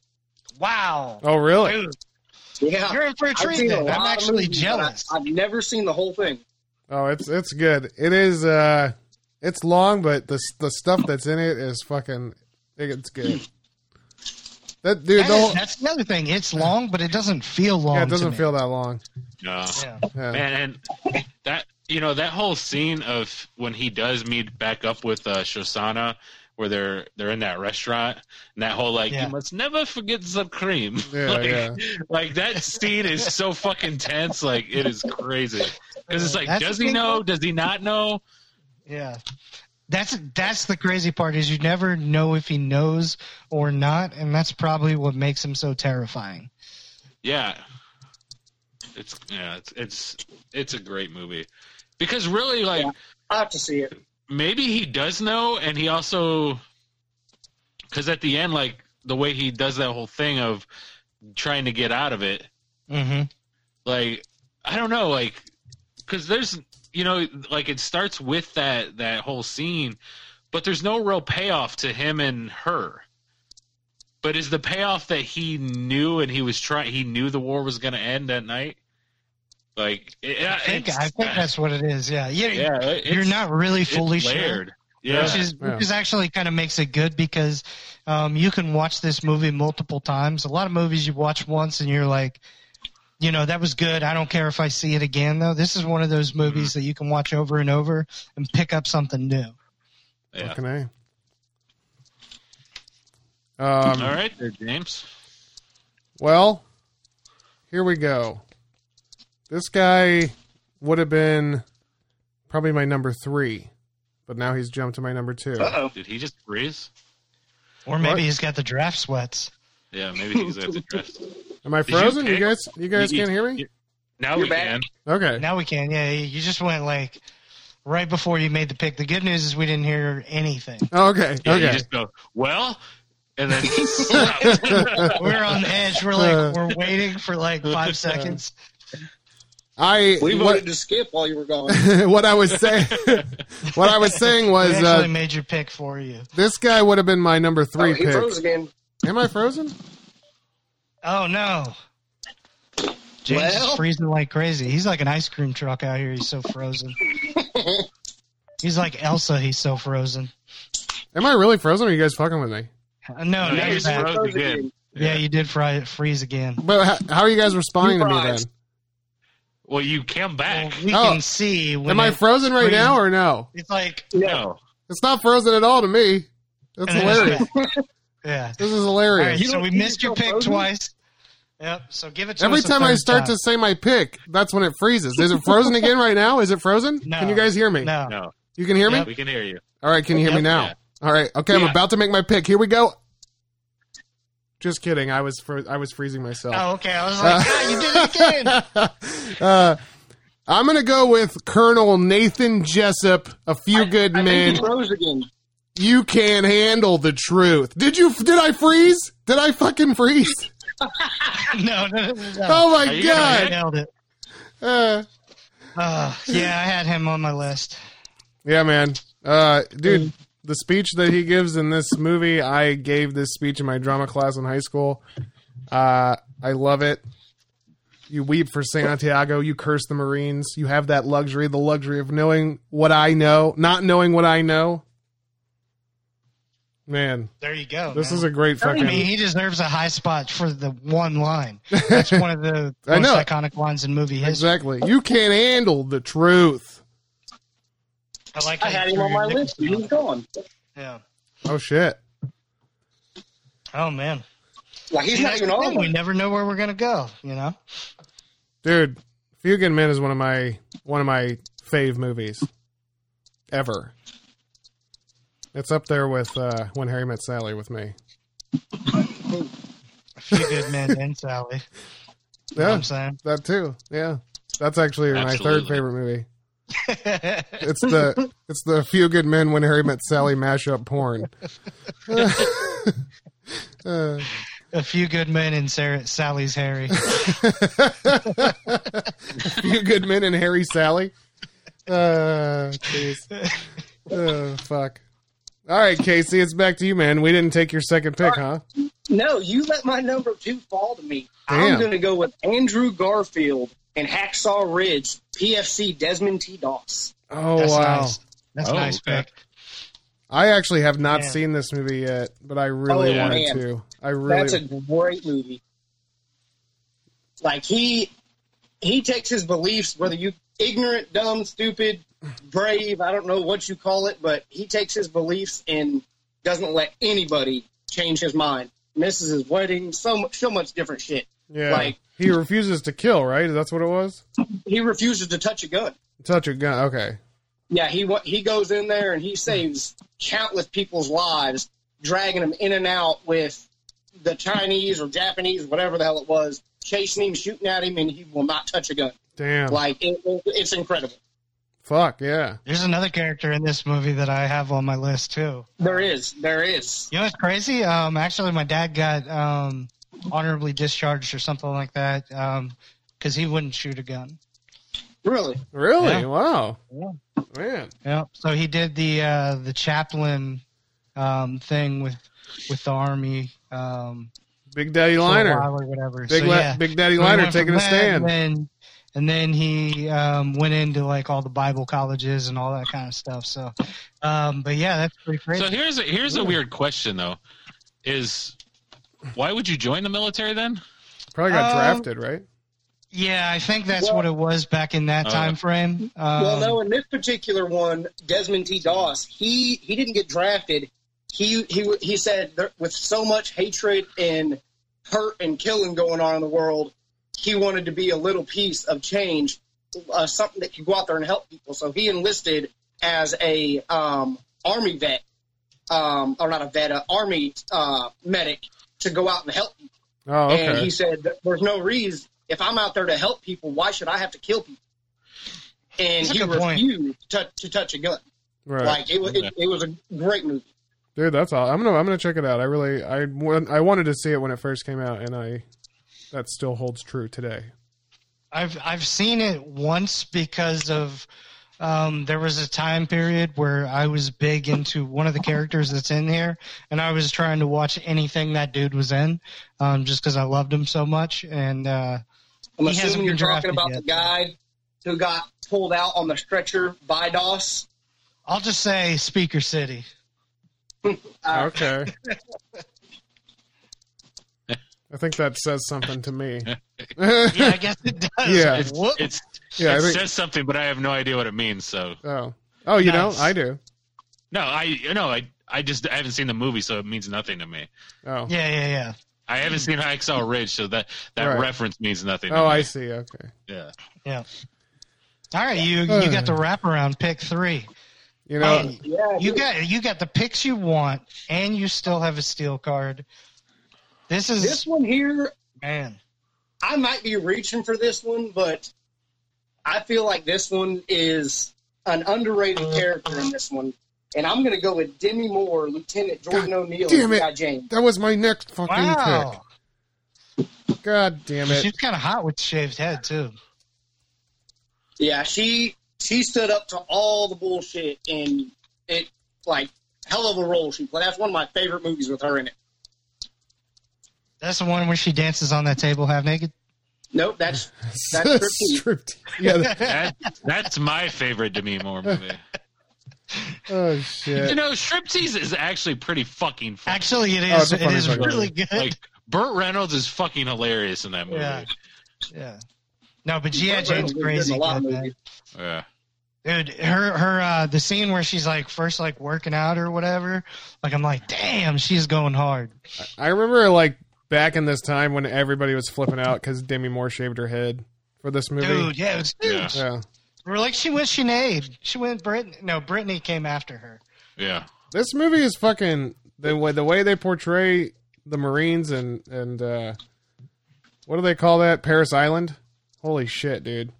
C: Wow,
D: Oh really?
C: Dude,
E: Yeah,
C: you're in for a
E: I've
C: treat.
E: seen a
C: Then. I'm
E: lot of
C: actually
E: movies, but I-
C: jealous.
E: I've never seen the whole thing.
D: Oh, it's it's good. It is. uh It's long, but the the stuff that's in it is fucking. It's good. That dude.
C: That
D: The whole,
C: is, that's the other thing. It's long, but it doesn't feel long.
D: yeah, it
C: to
D: doesn't
C: me.
D: feel that long.
F: no.
C: Yeah.
D: Yeah.
F: Man, and that you know that whole scene of when he does meet back up with uh, Shosana, where they're they're in that restaurant, and that whole like
C: Yeah.
F: you must never forget the cream.
D: Yeah,
F: like,
D: yeah.
F: like that scene is so fucking tense. Like it is crazy because it's like,
C: That's
F: does
C: the
F: he
C: thing,
F: know?
C: though.
F: Does he not know?
C: Yeah. That's that's the crazy part is you never know if he knows or not, and that's probably what makes him so terrifying.
F: Yeah, it's yeah, it's it's it's a great movie because really like.
E: Yeah. I have to see it.
F: maybe he does know, and he also because at the end, like the way he does that whole thing of trying to get out of it,
C: Mm-hmm.
F: like I don't know, like because there's you know like it starts with that that whole scene, but there's no real payoff to him and her. But is the payoff that he knew and he was trying? He knew the war was going to end that night. Like, it,
C: I think
F: it's-
C: I think that's what it is. Yeah, yeah.
F: yeah. it-
C: you're
F: it's-
C: not really
F: it's
C: fully sure,
F: layered. Yeah,
C: which is
D: Yeah.
C: which is actually kind of makes it good because um, you can watch this movie multiple times. A lot of movies you watch once and you're like, you know, that was good. I don't care if I see it again though. This is one of those movies
F: Mm-hmm.
C: that you can watch over and over and pick up something new.
F: yeah.
D: Fucking A. Um,
F: All right, there, James.
D: Well, here we go. This guy would have been probably my number three. but now he's jumped to my number two.
E: Uh oh.
F: Did he just freeze?
C: Or maybe
D: What?
C: he's got the draft sweats.
F: Yeah, maybe he's at the draft.
D: Am I
F: Did you
D: frozen? You,
F: pick-
D: guys, you guys can't hear me.
F: Now
E: You're
F: we
E: back.
F: can.
D: Okay.
C: Now we can. Yeah, you just went like right before you made the pick. The good news is we didn't hear anything.
D: Oh, okay.
F: Yeah, You
D: okay.
F: just go well, and then stop.
C: We're on edge. We're like we're waiting for like five seconds.
D: I
E: We
D: what,
E: voted to skip while you were gone.
D: what I was saying what I was saying
C: We
D: was
C: actually
D: uh,
C: made your pick for you.
D: this guy would have been my number
E: Oh,
D: three
E: he
D: pick.
E: froze again.
D: Am I frozen?
C: Oh no. James is
E: Well?
C: freezing like crazy. He's like an ice cream truck out here. He's so frozen. he's like Elsa. He's so frozen.
D: Am I really frozen? Or are you guys fucking with me?
C: Uh, No,
F: No,
C: no,
F: you're
C: you're back.
F: frozen. again.
C: Yeah, you did fry, freeze again.
D: But how, how are you guys responding
E: You
D: to me then?
E: froze.
F: well, you come
C: Well,
F: back.
C: we
D: Oh.
C: can see. When
D: Am I
C: it-
D: frozen right
C: freezes.
D: now or no?
C: It's like
F: No,
D: It's not frozen at all to me. That's
C: and then
D: hilarious.
C: it's back. yeah.
D: This is
C: All
D: hilarious.
C: right, so we missed your
E: you're
C: pick
E: frozen?
C: twice. Yep. So give it to
D: Every
C: us a
D: time I
C: third
D: start
C: time.
D: to say my pick, that's when it freezes. Is it frozen again right now? Is it frozen?
C: No.
D: Can you guys hear me?
C: no.
F: no,
D: You can hear me?
F: we can hear you.
D: All right, can you hear me
C: Yep.
D: now?
F: Yeah.
D: All right, okay, I'm
F: Yeah.
D: about to make my pick. Here we go. Just kidding. I was fro- I was freezing myself.
C: Oh, okay. I was like, God, you did it again.
D: uh, I'm gonna go with Colonel Nathan Jessup. A few good
E: I think
D: men.
E: he froze again.
D: You can't handle the truth. Did you? Did I freeze? Did I fucking freeze?
C: No, no, no, no.
D: Oh
F: Are
D: my
F: you gonna
C: I
D: god!
C: nailed it.
D: Uh,
C: Uh, yeah, I had him on my list.
D: yeah, man. Uh, dude, the speech that he gives in this movie, I gave this speech in my drama class in high school. Uh, I love it. You weep for Santiago. You curse the Marines. You have that luxury, the luxury of knowing what I know, not knowing what I know. Man,
C: There you go.
D: this
C: man.
D: is a great
C: I mean,
D: fucking.
C: he deserves a high spot for the one line. That's one of the
D: I
C: most
D: know.
C: iconic lines in movie history.
D: Exactly. You can't handle the truth.
C: I like.
E: I
C: how
E: had
C: you
E: him
C: threw
E: on
C: your
E: my
C: Nicholson
E: list. and
C: on
E: He's
C: it.
E: gone.
C: Yeah.
D: Oh shit.
C: Oh man.
E: Like he's
C: See,
E: not
C: that's
E: even
C: the thing,
E: on.
C: we
E: it.
C: never know where we're gonna go. You know.
D: dude few good men is one of my one of my fave movies ever it's up there with uh, when harry met sally with me
C: A few good men and Sally. You know what
D: yeah
C: I'm saying.
D: that too yeah that's actually my third
F: Absolutely.
D: favorite movie it's the it's the few good men when harry met sally mashup porn Uh,
C: A few good men and Sarah, Sally's Harry.
D: few good men and harry sally uh jeez oh fuck all right casey it's back to you man we didn't take your second pick huh
E: No, you let my number two fall to me.
D: Damn.
E: I'm going to go with Andrew Garfield and Hacksaw Ridge, PFC Desmond T. Doss.
D: Oh
C: That's
D: wow!
C: nice. That's
F: Oh,
C: nice
F: okay.
C: pick.
D: I actually have not
C: Man.
D: seen this movie yet, but I really
E: Oh,
D: wanted
E: man.
D: to. I really.
E: That's a great movie. Like he he takes his beliefs, whether you ignorant, dumb, stupid, brave, I don't know what you call it, but he takes his beliefs and doesn't let anybody change his mind. Misses his wedding, so much, so much different shit.
D: yeah.
E: like-
D: he refuses to kill, right? That's what it was.
E: He refuses to touch a gun.
D: Touch a gun. Okay.
E: Yeah, he wa- he goes in there and he saves countless people's lives, dragging them in and out with the Chinese or Japanese, whatever the hell it was, chasing him, shooting at him, and he will not touch a gun.
D: Damn.
E: Like it, it- it's incredible.
D: Fuck yeah.
C: There's another character in this movie that I have on my list too.
E: There is, there is.
C: You know what's crazy? Um, actually, my dad got um, honorably discharged or something like that because he wouldn't shoot a gun.
E: Really,
D: Really?
C: Yeah.
D: Wow.
C: Yeah.
D: Man.
C: Yeah. So he did the uh, the chaplain um, thing with with the army um,
D: Big Daddy
C: for a
D: Liner.
C: while or whatever.
D: Big
C: so,
D: La-
C: yeah.
D: Big Daddy
C: So he
D: Liner
C: went from
D: taking a
C: that,
D: stand.
C: And then, and then he um, went into like all the Bible colleges and all that kind of stuff. So, um, but yeah, that's pretty crazy.
F: So here's a, here's a weird question though: is why would you join the military then?
D: Probably got
C: Um,
D: drafted, right?
C: yeah, I think that's
E: Well-
C: what it was back in that
F: Oh.
C: time frame. Um,
E: well, no. In this particular one, Desmond T. Doss, he he didn't get drafted. He he he said there, with so much hatred and hurt and killing going on in the world, he wanted to be a little piece of change, uh, something that could go out there and help people. So he enlisted as a um, army vet, um, or not a vet, a army uh, medic to go out and help. people.
D: Oh,
E: And
D: okay.
E: he said, "There's no reason if I'm out there to help people, why should I have to kill people?" And
C: That's a
E: he
C: good point.
E: refused to, to touch a gun.
D: Right.
E: Like it, wa-
F: Yeah.
E: it, it was a great movie.
D: Dude, that's all. I'm gonna I'm gonna check it out. I really I wa- I wanted to see it when it first came out, and I that still holds true today.
C: I've I've seen it once because of um, there was a time period where I was big into one of the characters that's in here, and I was trying to watch anything that dude was in, um, just because I loved him so much. And uh, He
E: I'm
C: hasn't
E: assuming
C: been
E: you're
C: drafted
E: talking about
C: yet.
E: the guy who got pulled out on the stretcher by DOS.
C: I'll just say Speaker City.
E: Uh,
D: Okay. I think that says something to me.
C: Yeah, I guess it does.
D: Yeah.
F: It's,
C: Whoop.
F: it's,
D: Yeah, I
F: it
D: think-
F: says something, but I have no idea what it means. So
D: oh. Oh, you
C: Nice.
D: know, I do.
F: no, I you know I I just I haven't seen the movie, so it means nothing to me.
D: Oh.
C: yeah, yeah, yeah.
F: I haven't seen XL Ridge, so that that
D: Right.
F: reference means nothing. To
D: Oh,
F: me.
D: I see. Okay.
F: yeah.
C: All right, you
D: Uh.
C: you got the wraparound pick three.
D: You know,
C: Hey,
E: yeah,
C: you got you got the picks you want, and you still have a steel card. This is
E: this one here,
C: man.
E: I might be reaching for this one, but I feel like this one is an underrated
C: Uh,
E: character in this one. And I'm going to go with Demi Moore, Lieutenant Jordan O'Neill,
D: damn
E: and
D: it.
E: G.I. Jane.
D: that was my next fucking
C: Wow,
D: pick. God damn it.
C: she's kind of hot with shaved head too.
E: Yeah, she she stood up to all the bullshit, and it like hell of a role she played. That's one of my favorite movies with her in it.
C: That's the one where she dances on that table half naked.
E: Nope, that's that's Striptease.
D: Striptease. Yeah. that-
F: That, that's my favorite Demi Moore movie.
D: oh
F: You
D: shit.
F: know, striptease is actually pretty fucking funny.
C: Actually, it
D: Oh, it's
C: is.
D: a
C: it
D: funny
C: is
D: fucking
C: really good.
F: like Burt Reynolds is fucking hilarious in that movie.
C: Yeah.
F: Yeah.
C: yeah. No, but GI
E: Burt
C: Jane's
E: Reynolds is
C: crazy
E: in a lot of
C: good, man.
E: movies.
C: Dude, her her uh, the scene where she's like first like working out or whatever. Like I'm like, damn, she's going hard.
D: I remember like back in this time when everybody was flipping out because Demi Moore shaved her head for this movie.
C: Dude, yeah, it was huge.
F: Yeah.
D: Yeah.
C: We're like she went Sinead. She went Brit. No, Brittany came after her.
F: Yeah.
D: This movie is fucking the way the way they portray the Marines and and uh, what do they call that? Paris Island. Holy shit, dude!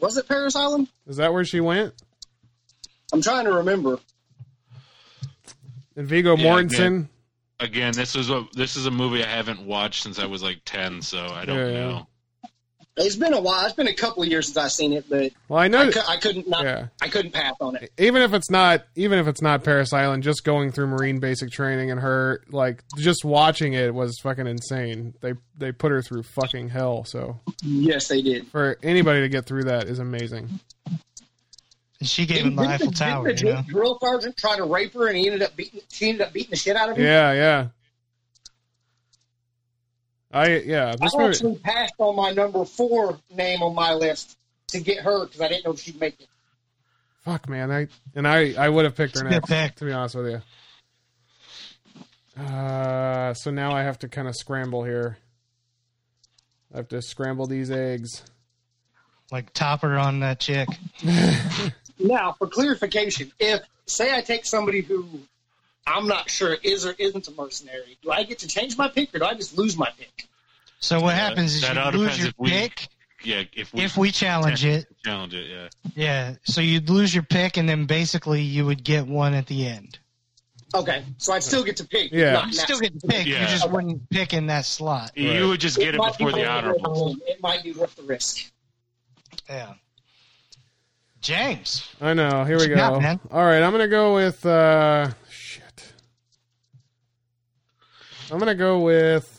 E: Was it Paris Island?
D: Is that where she went?
E: I'm trying to remember.
D: And Vigo
F: Yeah,
D: Mortensen.
F: Again, this is a this is a movie I haven't watched since I was like ten, so I don't
D: Yeah.
F: know.
E: It's been a while. It's been a couple of years since I've seen it, but
D: Well, I
E: I,
D: know.
E: cou- I couldn't not,
D: Yeah.
E: I couldn't pass on it.
D: Even if it's not, even if it's not Paris Island, just going through Marine basic training and her like just watching it was fucking insane. They they put her through fucking hell. So
E: Yes, they did.
D: for anybody to get through that is amazing.
C: And she gave him the Eiffel
E: didn't
C: Tower.
E: the
C: You know?
E: drill sergeant try to rape her, and he ended up beating. She ended up beating the shit out of him.
D: Yeah, yeah. I yeah. This
E: I
D: movie,
E: actually passed on my number four name on my list to get her because I didn't know she'd make it.
D: Fuck, man. I and I I would have picked her
C: It's a
D: next.
C: good pick.
D: To be honest with you. Uh, so now I have to kind of scramble here. I have to scramble these eggs.
C: Like topper on that chick.
E: Now, for clarification, if say I take somebody who I'm not sure is or isn't a mercenary, do I get to change my pick or do I just lose my pick?
C: So what
F: Yeah,
C: happens is
F: that all
C: you lose
F: depends
C: your
F: if we-
C: pick
F: Yeah, if we,
C: if we challenge it.
F: challenge it, yeah.
C: Yeah. So you'd lose your pick, and then basically you would get one at the end.
E: Okay, so I still get to pick.
D: Yeah.
E: not
C: You
E: now.
C: still get to pick. You
F: Yeah.
C: just wouldn't pick in that slot.
F: You would just get it
E: might
F: before
E: be
F: the
E: worth
F: honorable.
E: risk. It might be worth the risk.
C: Yeah. James.
D: I know. Here
C: What
D: we
C: you
D: go.
C: got, man?
D: All right, I'm gonna go with uh shit. I'm gonna go with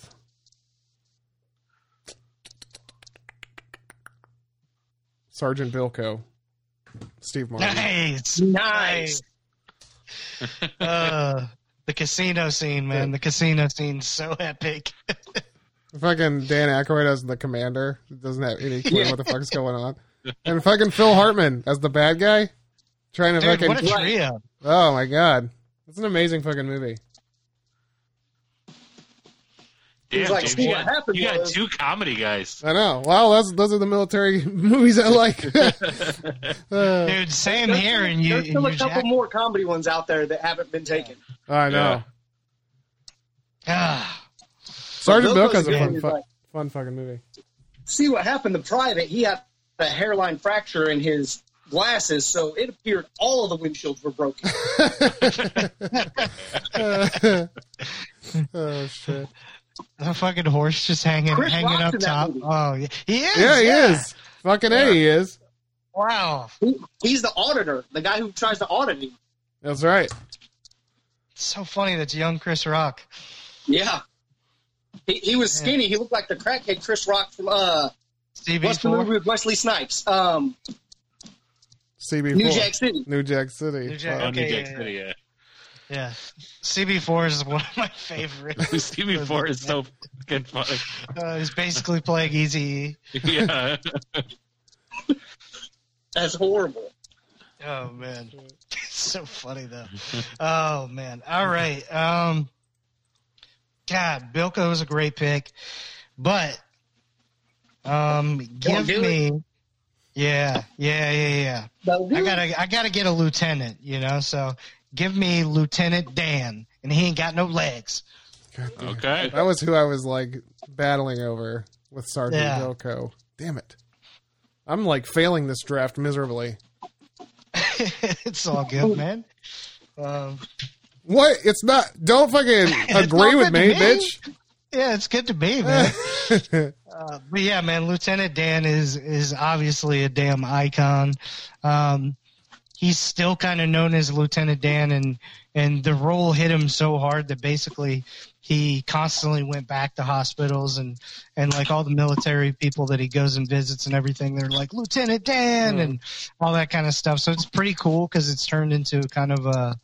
D: Sergeant Bilko, Steve Martin.
C: Nice.
E: Nice.
C: Uh, the casino scene, man. The casino scene's so epic.
D: Fucking Dan Aykroyd as the commander doesn't have any clue what the fuck's going on, and fucking Phil Hartman as the bad guy, trying to
C: Dude,
D: fucking.
C: what a trio.
D: oh my god, that's an amazing fucking movie.
E: He's
F: Damn,
E: like,
F: James,
E: see
F: you
E: what
F: got,
E: happened
F: you got
E: was-
F: two comedy guys.
D: I know. Wow, that's, those are the military movies I like. Uh,
C: Dude, same here. And you,
E: There's
C: and
E: still
C: you
E: a couple
C: jack-
E: more comedy ones out there that haven't been taken.
D: I know.
F: Yeah.
C: Ah,
D: Sergeant
E: Bilko's
D: Bilko's a
E: again
D: fun,
E: is
D: fu-
E: like-
D: fun fucking movie.
E: See what happened to Private? He had a hairline fracture in his glasses, so it appeared all of the windshields were broken.
D: Oh shit!
C: the fucking horse just hanging,
E: Chris
C: hanging
E: Rock's
C: up
E: in that
C: top.
E: movie.
C: Oh, yeah. he is.
D: Yeah, he is. Fucking a, he is.
C: Wow,
E: He- He's the auditor, the guy who tries to audit him.
D: That's right.
C: it's so funny that's young Chris Rock.
E: Yeah. He, he was skinny. He looked like the crackhead Chris Rock from uh, what's the movie
C: CB4.
E: with Wesley Snipes? Um,
D: CB4.
E: New Jack City.
D: New Jack City.
C: New Jack-
F: Oh, New
C: Okay,
F: Jack
C: yeah, yeah.
F: City, yeah.
C: Yeah, CB4 is one of my favorites.
F: CB4 is so fucking funny.
C: Uh, he's basically playing Easy.
F: Yeah.
E: That's horrible.
C: Oh man, so funny though. Oh man. All right. Um, God, Bilko was a great pick, but um, give
E: do
C: me. Yeah, yeah, yeah, yeah.
E: That'll do
C: I
E: it.
C: gotta, I gotta get a lieutenant. You know, so give me Lieutenant Dan, and he ain't got no legs.
F: Okay.
D: That was who I was like battling over with Sergeant
C: Yeah.
D: Bilko. Damn it! I'm like failing this draft miserably.
C: it's all good, man. Um,
D: What? It's not. Don't fucking agree
C: not
D: with me,
C: good to me.
D: bitch.
C: yeah, it's good to be, man. Uh, but yeah, man, Lieutenant Dan is is obviously a damn icon. Um, he's still kind of known as Lieutenant Dan, and and the role hit him so hard that basically he constantly went back to hospitals and and like all the military people that he goes and visits and everything. They're like Lieutenant
F: Mm.
C: Dan and all that kind of stuff. So it's pretty cool because it's turned into kind of a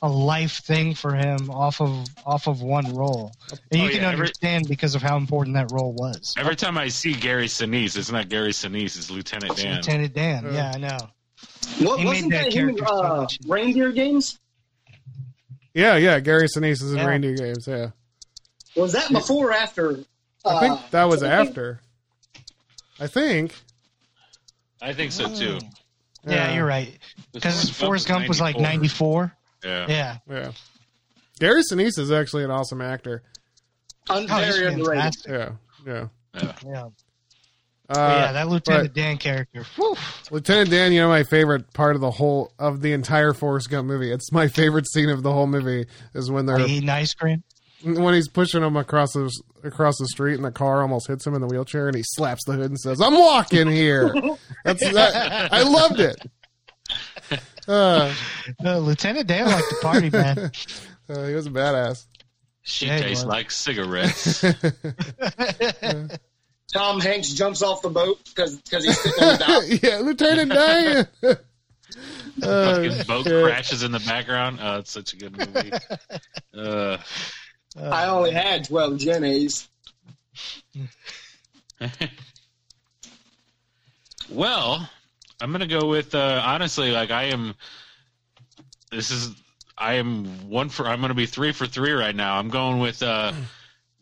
C: a life thing for him off of off of one role, and you
F: Oh,
C: can
F: yeah, every-
C: understand because of how important that role was.
F: Every time I see Gary Sinise, it's not Gary Sinise, it's Lieutenant Dan.
C: Lieutenant Dan.
D: Yeah.
C: Yeah, I know.
E: What,
C: He
E: wasn't
C: made that
E: that him in
C: character so
E: uh,
C: much.
E: Reindeer Games?
D: yeah, yeah. Gary Sinise is in
C: Yeah.
D: Reindeer Games. Yeah,
E: Was that before or after?
D: I
E: uh,
D: think that was
E: I think-
D: after. I think.
F: I think so too.
C: Yeah, you're right. Because Oh. Forrest Gump was like
F: 94.
C: 94.
F: Yeah.
C: Yeah.
D: Yeah. Gary Sinise is actually an awesome actor.
E: Un-
C: Oh, he's
E: very underrated.
C: fantastic.
D: Yeah, yeah.
F: yeah.
C: Yeah.
D: Uh,
C: But Oh, yeah, that Lieutenant
D: but-
C: Dan character. Whew.
D: Lieutenant Dan, you know my favorite part of the whole of the entire Forrest Gump movie. It's my favorite scene of the whole movie is when
C: Are
D: they're
C: you eating ice cream?
D: when he's pushing him across the across the street and the car almost hits him in the wheelchair and he slaps the hood and says, "I'm walking here." That's that, I loved it. Uh,
C: No, Lieutenant Dan liked to party, man.
D: uh, he was a badass.
F: She
C: Yeah, he
F: tastes
C: was.
F: like cigarettes.
E: Tom Hanks jumps off the boat because he's sitting on the dock.
D: yeah, Lieutenant Dan.
C: Oh,
F: Fucking boat
D: shit.
F: crashes in the background. Oh, it's such a good movie. Uh,
E: I only had 12 Jennies.
F: well, I'm gonna go with uh, honestly. Like I am. This is I am one for. I'm gonna be three for three right now. I'm going with uh,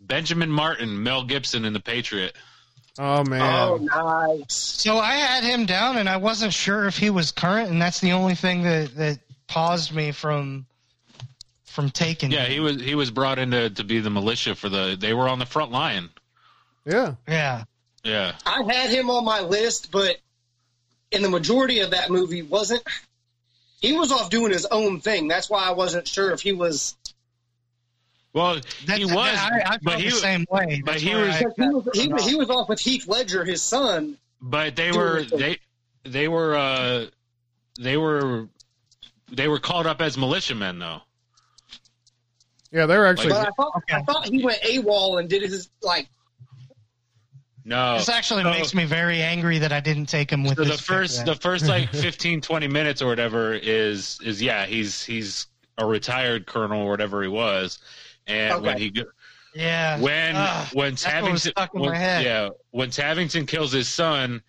F: Benjamin Martin, Mel Gibson, and The Patriot.
D: oh man.
E: Oh,
F: Um,
E: nice.
C: so I had him down, and I wasn't sure if he was current, and that's the only thing that, that paused me from from taking
F: Yeah,
C: him.
F: he was he was brought in to, to be the militia for the. They were on the front line.
D: Yeah.
C: Yeah.
F: Yeah,
E: I had him on my list, but in the majority of that movie, wasn't. He was off doing his own thing. That's why I wasn't sure if he was.
F: Well,
C: That-
F: he was,
C: that- I, I felt
F: but he
C: the same way.
F: but
C: That's
F: he
C: where
F: was-
C: I-
E: He was, he, was- he was off with Heath Ledger, his son.
F: but they
E: Dude.
F: were they they were uh they were they were called up as militiamen though.
D: Yeah, they were actually
E: But I thought, I thought he went AWOL and did his like.
F: No.
C: This actually
F: So-
C: makes me very angry that I didn't take him with
F: oh, So
C: this
F: the
C: pick
F: first
C: then.
F: the first like 15 20 minutes or whatever is is yeah, he's he's a retired colonel or whatever he was. And when
E: Okay.
F: he go-
C: yeah.
F: when
C: Ugh.
F: when
C: that's what was
F: Tavington
C: stuck in
F: when-
C: my head.
F: yeah, when Tavington kills his son,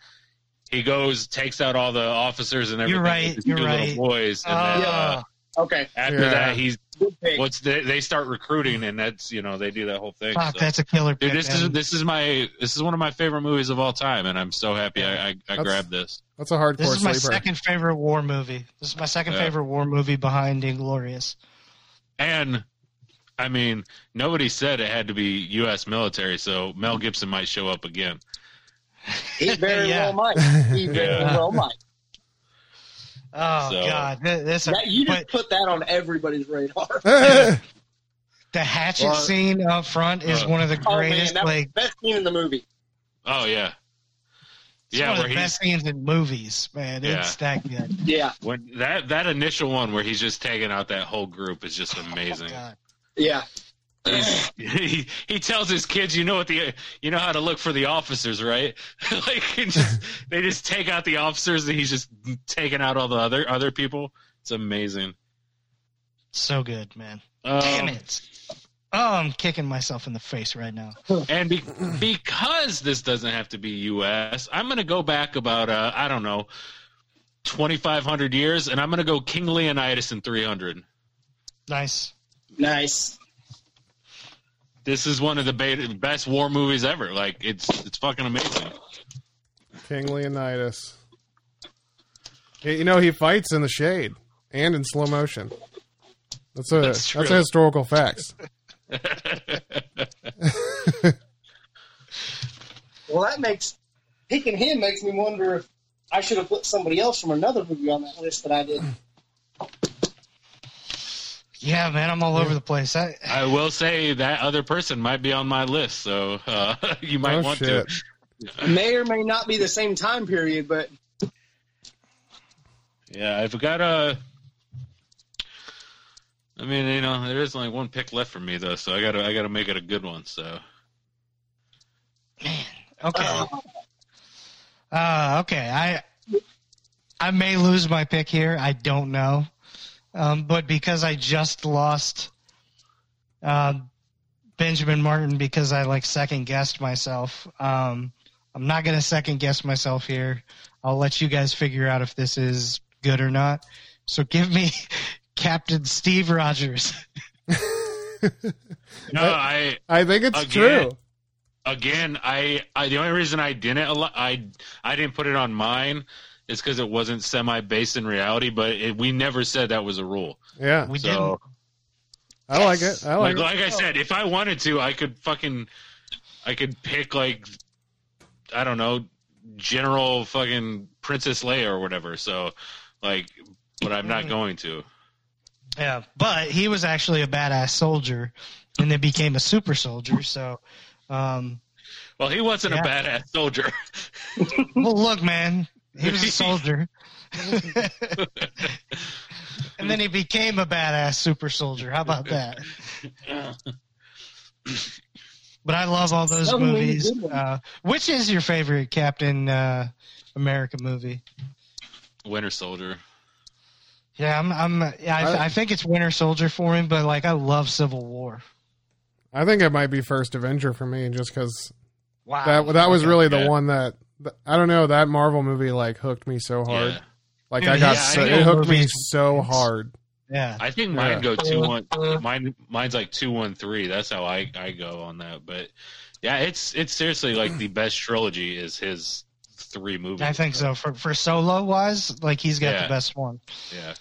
F: he goes takes out all the officers and everything.
C: You're right,
F: with his
C: you're
F: two
C: right.
F: Little boys and then, uh,
C: Ah,
E: Okay.
F: After
D: Yeah.
F: that, he's
E: Good pick.
F: what's they, they start recruiting, and that's you know they do that whole thing.
C: Fuck,
F: so.
C: that's a killer pick.
F: Dude, this is
C: man.
F: this is my this is one of my favorite movies of all time, and I'm so happy I, I, I
D: That's-
F: grabbed this.
D: That's a hardcore
C: This is my
D: sleeper.
C: second favorite war movie. This is my second
F: Yeah.
C: favorite war movie behind Inglorious.
F: And I mean, nobody said it had to be U.S. military, so Mel Gibson might show up again.
E: He very
C: Yeah.
E: well might. He very
F: Yeah.
E: well might.
C: Oh
F: So-
C: god, Th- that's a,
E: That, you just
C: but
E: put that on everybody's radar.
C: the hatchet
E: Or-
C: scene up front is
F: Uh,
C: one of the
E: Oh man,
C: greatest,
E: that was
C: like
E: the best scene in the movie.
F: Oh yeah,
C: it's
F: yeah.
C: one of
F: Where
C: the
F: he's
C: best scenes in movies, man.
F: Yeah.
C: It's that good.
E: Yeah,
F: when that that initial one where he's just taking out that whole group is just amazing.
C: Oh, God.
E: yeah.
F: He's- he he tells his kids, you know what the you know how to look for the officers, right? like and just, they just take out the officers, and he's just taking out all the other other people. It's amazing.
C: So good, man.
F: Um,
C: Damn it. Oh, I'm kicking myself in the face right now.
F: Um, And be- because this doesn't have to be U.S., I'm going to go back about uh, I don't know, 2,500 years, and I'm going to go King Leonidas in 300.
C: Nice.
E: Nice.
F: This is one of the be- best war movies ever. Like it's it's fucking amazing.
D: King Leonidas. Yeah, You know he fights in the shade and in slow motion. That's a
F: That's
D: that's,
F: true.
D: a historical facts.
E: Well, that makes picking him makes me wonder if I should have put somebody else from another movie on that list that I did.
C: Yeah, man, I'm all over the place. I,
F: I will say that other person might be on my list, so uh, you might
D: Oh,
F: want
D: shit.
F: to.
E: May or may not be the same time period, but
F: Yeah, I've got a. I mean, you know, there is only one pick left for me though, so I gotta I gotta make it a good one. So
C: man, okay. Uh, okay, I I may lose my pick here. I don't know, um, but because I just lost uh, Benjamin Martin because I like second guessed myself. Um, I'm not gonna second guess myself here. I'll let you guys figure out if this is good or not. So give me Captain Steve Rogers.
F: no, I
D: I think it's
F: Again.
D: true.
F: again I, I the only reason I didn't al- I I didn't put it on mine is because it wasn't semi based in reality, but it, we never said that was a rule.
D: Yeah,
C: We
F: So-
C: didn't.
D: I like it. Oh, I like,
F: Like, like I said, if I wanted to, I could fucking, I could pick like, I don't know, General fucking Princess Leia or whatever. So, like, but I'm not going to.
C: Yeah, but he was actually a badass soldier, and then became a super soldier. So, um,
F: Well, he wasn't
C: Yeah.
F: a badass soldier.
C: well, look, man, he was a soldier, and then he became a badass super soldier. How about that? But I love all those
E: So many
C: movies.
E: good ones.
C: Uh, which is your favorite Captain uh, America movie?
F: Winter Soldier.
C: Yeah, I'm. I'm I,
D: I-
C: I think it's Winter Soldier for him, but like I love Civil War.
D: I think it might be first Avenger for me, just because
C: Wow,
D: that that was really the
F: Yeah.
D: one that th- I don't know that Marvel movie like hooked me so hard.
F: Yeah.
D: Like
C: Dude,
D: I got
F: yeah,
D: so,
F: I
D: it
F: know
D: hooked me
C: movies-
D: so hard.
C: yeah.
F: I think
D: Yeah.
F: mine go two one. Mine, mine's like two one three. That's how I I go on that. But yeah, it's it's seriously like the best trilogy is his three movies.
C: I think so. For for solo wise, like he's got
F: Yeah.
C: the best one.
F: Yeah.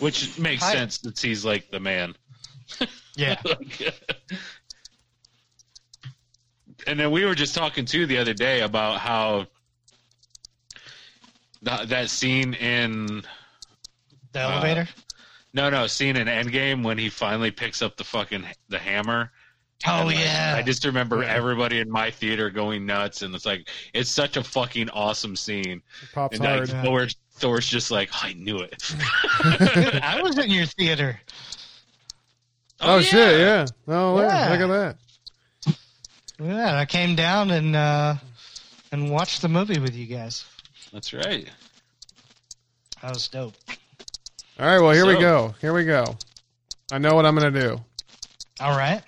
F: Which makes
C: Hi.
F: sense since he's like the man.
C: Yeah.
F: and then we were just talking too the other day about how th- that scene in
C: The
F: Uh,
C: elevator.
F: no no scene in Endgame when he finally picks up the fucking the hammer.
C: oh
F: And, like,
C: yeah.
F: I just remember everybody in my theater going nuts, and it's like it's such a fucking awesome scene.
D: It pops
F: And like,
D: hard.
C: Yeah.
F: Thor, Thor's just like I knew it.
C: Dude, I was in your theater.
D: Oh, shit! Yeah. Oh
C: Yeah.
D: yeah. Look at that.
C: Yeah, I came down and uh, and watched the movie with you guys.
F: that's right.
C: That was dope.
D: All right. Well, here we
F: So-
D: go. Here we go. I know what I'm gonna do.
C: All right.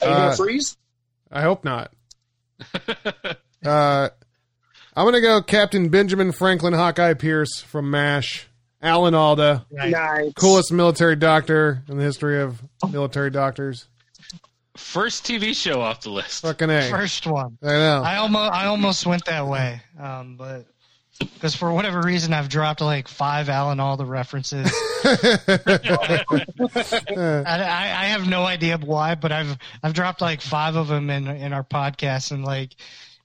E: are you
D: Uh,
E: gonna freeze?
D: I hope not. uh, I'm gonna go Captain Benjamin Franklin Hawkeye Pierce from MASH. Alan Alda,
C: Right.
E: Nice.
D: coolest military doctor in the history of military doctors.
F: First TV show off the list.
D: Fucking A. I
C: First one.
D: know.
C: I almost I almost went that way, um, but because for whatever reason I've dropped like five Alan All the references. I, I, I have no idea why, but I've I've dropped like five of them in in our podcast, and like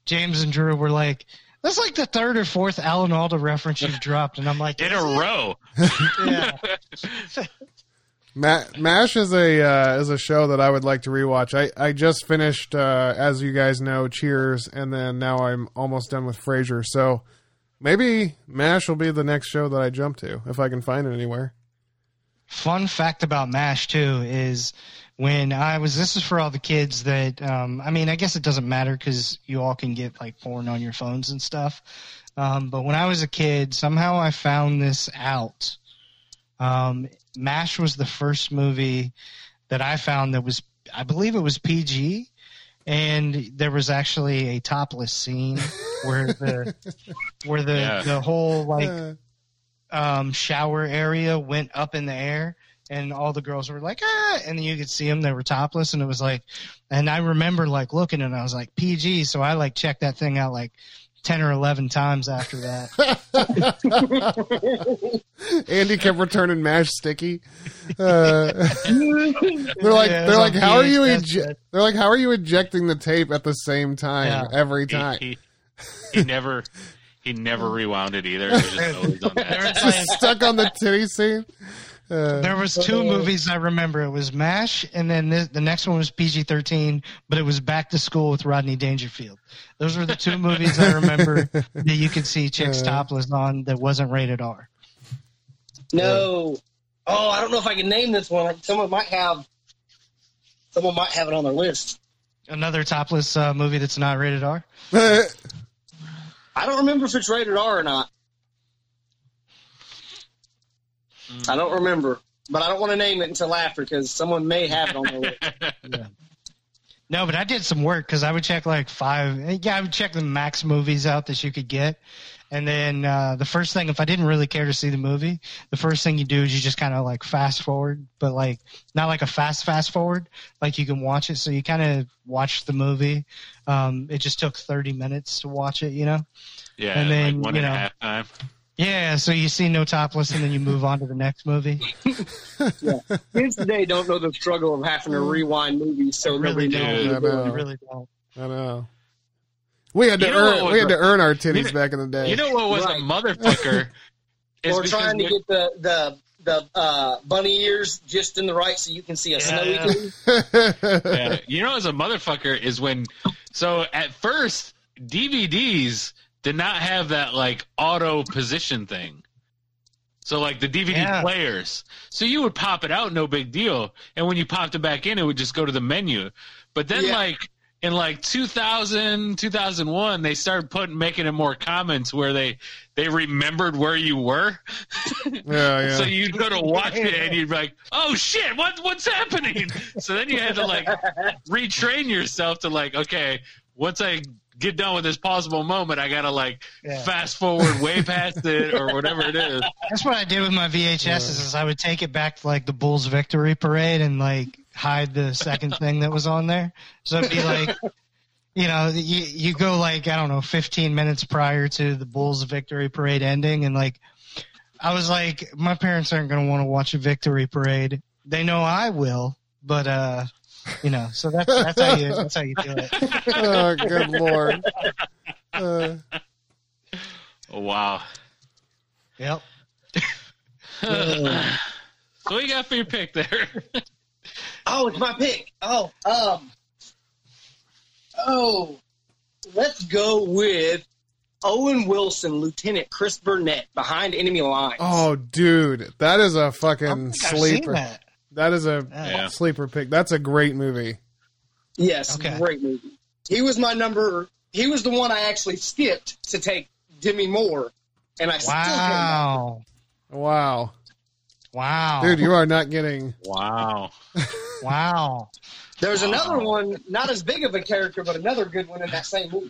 C: James and Drew were like. That's like the third or fourth Alan Alda reference you've dropped, and I'm like,
F: In a
C: "Is it?"
F: row.
C: Yeah.
D: Ma- Mash is a uh, is a show that I would like to rewatch. I I just finished, uh, as you guys know, Cheers, and then now I'm almost done with Frasier. So maybe Mash will be the next show that I jump to if I can find it anywhere.
C: fun fact about mash too is when i was this is for all the kids that um, i mean i guess it doesn't matter because you all can get like porn on your phones and stuff um, but when i was a kid somehow i found this out um, mash was the first movie that i found that was i believe it was pg and there was actually a topless scene where the where the
F: Yeah.
C: the whole like
D: Uh,
C: um, shower area went up in the air and all the girls were like ah and you could see them they were topless and it was like and i remember like looking and i was like pg so i like checked that thing out like 10 or 11 times after that
D: Andy kept returning Mash sticky. Uh, they're like
C: Yeah, it was
D: they're like
C: on
D: how are you
C: VHS,
D: inje-
C: but-
D: they're like how are you ejecting the tape at the same time
C: Yeah.
D: every
F: He,
D: time?
F: he, he never he never rewound it either. It was just always on
C: there
F: that.
C: was,
D: Just
C: like,
D: stuck on the titty scene. Uh,
C: there was two movies i remember it was mash and then this, the next one was pg-13 but it was back to school with rodney dangerfield those were the two movies i remember that you could see chicks topless on that wasn't rated r
E: No. Oh, I don't know if I can name this one. Like, Someone might have. Someone might have it on their list.
C: another topless uh, movie that's not rated r
E: I don't remember if it's rated R or not. I don't remember, but I don't want to name it until after because someone may have it on their list.
C: No, but I did some work because I would check like five. Yeah, I would check the max movies out that you could get, and then uh, the first thing, if I didn't really care to see the movie, the first thing you do is you just kind of like fast forward, but like not like a fast fast forward, like you can watch it. So you kind of watch the movie. Um, it just took thirty minutes to watch it, you know.
F: Yeah,
C: And then,
F: like one
C: you
F: and a
C: know.
F: half time.
C: Yeah, so you see no topless, and then you move on to the next movie.
E: Kids today don't know the struggle of having to rewind movies, so
C: Really
E: nobody knows.
C: don't.
D: I know.
C: You really don't.
D: I know. We had to
F: You know what
D: earn.
F: was
D: We had
F: a-
D: to earn our titties
F: know-
D: back in the day.
F: You know what was
E: Right.
F: a motherfucker? is
E: Or
F: because
E: trying to
F: we-
E: get the the the uh, bunny ears just in the right so you can see a snowy
C: Yeah.
E: dude.
F: yeah. You know, as a motherfucker is when. So at first, DVDs did not have that like auto position thing. So like the DVD
C: Yeah.
F: players, so you would pop it out, no big deal, and when you popped it back in, it would just go to the menu. But then
E: Yeah.
F: like in like 2000 2001 they started putting making it more common to where they they remembered where you were
D: yeah, yeah.
F: so you'd go to watch it and you'd be like, "Oh shit, what what's happening?" So then you had to like retrain yourself to like, okay, once I get done with this possible moment, I gotta like
C: Yeah.
F: fast forward way past it or whatever it is.
C: That's what I did with my VHSs is I would take it back to like the Bulls victory parade and like hide the second thing that was on there. So it'd be like, you know, you, you go like, I don't know, 15 minutes prior to the Bulls victory parade ending. And like, I was like, my parents aren't going to want to watch a victory parade. They know I will, but, uh, you know, so that's, that's how you, that's how you do it.
D: oh, good lord. Uh,
F: Oh, wow.
C: Yep.
F: so what you got for your pick there?
E: Oh, it's my pick. Oh, um, oh, let's go with Owen Wilson, Lieutenant Chris Burnett, behind enemy lines.
D: oh, dude, that is a fucking
C: I've seen
D: sleeper.
C: that.
D: that is a
F: Yeah.
D: sleeper pick. That's a great movie.
E: yes,
C: okay.
E: great movie. He was my number. He was the one I actually skipped to take Demi Moore, and I still came
C: Wow.
D: Wow,
C: Wow.
D: dude, you are not getting.
F: Wow.
C: Wow.
E: There's another one, not as big of a character, but another good one in that same movie.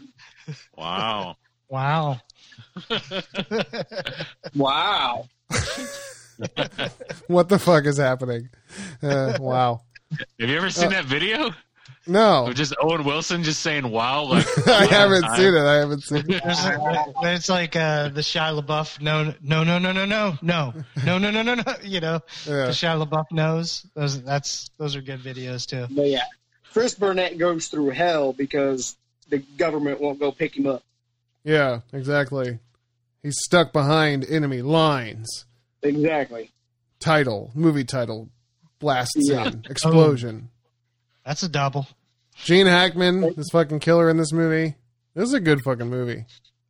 F: Wow.
C: Wow.
E: Wow.
D: what the fuck is happening? Uh, wow.
F: Have you ever seen that video
D: No,
F: of just Owen Wilson just saying "Wow"? Like
D: Oh. I haven't seen it. I haven't seen it.
C: There's
E: Uh,
C: a, it's like uh, the Shia LaBeouf. No, no, no, no, no, no, no, no, no, no, no, no. You know,
D: Yeah.
C: the Shia LaBeouf knows. Those, that's those are good videos too.
E: But yeah, Chris Burnett goes through hell because the government won't go pick him up.
D: Yeah, exactly. He's stuck behind enemy lines.
E: Exactly.
D: Title, movie title, blast
E: Yeah.
D: scene, explosion.
C: That's a double.
D: Gene Hackman, this fucking killer in this movie. This is a good fucking movie.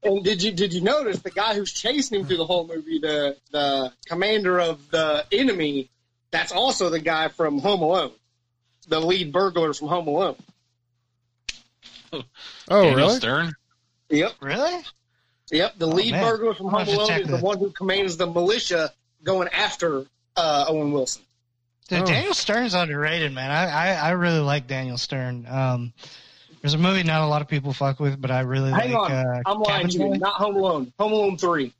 E: And did you did you notice the guy who's chasing him through the whole movie, the the commander of the enemy? That's also the guy from Home Alone, the lead burglar from Home Alone.
D: Oh,
F: Daniel
D: really?
F: Stern.
E: Yep,
C: Really?
E: yep. The lead
C: Oh, man.
E: burglar from
C: I'm gonna have
E: Home
C: to
E: Alone
C: check
E: is the
C: that.
E: one who commands the militia going after uh, Owen Wilson.
C: Dude,
D: Oh.
C: Daniel Stern's underrated, man. I, I, I really like Daniel Stern. Um, there's a movie not a lot of people fuck with, but I really
E: Hang
C: like.
E: on,
C: Uh,
E: I'm lying
C: Cabin
E: to you.
C: Boy.
E: Not Home Alone. Home Alone three.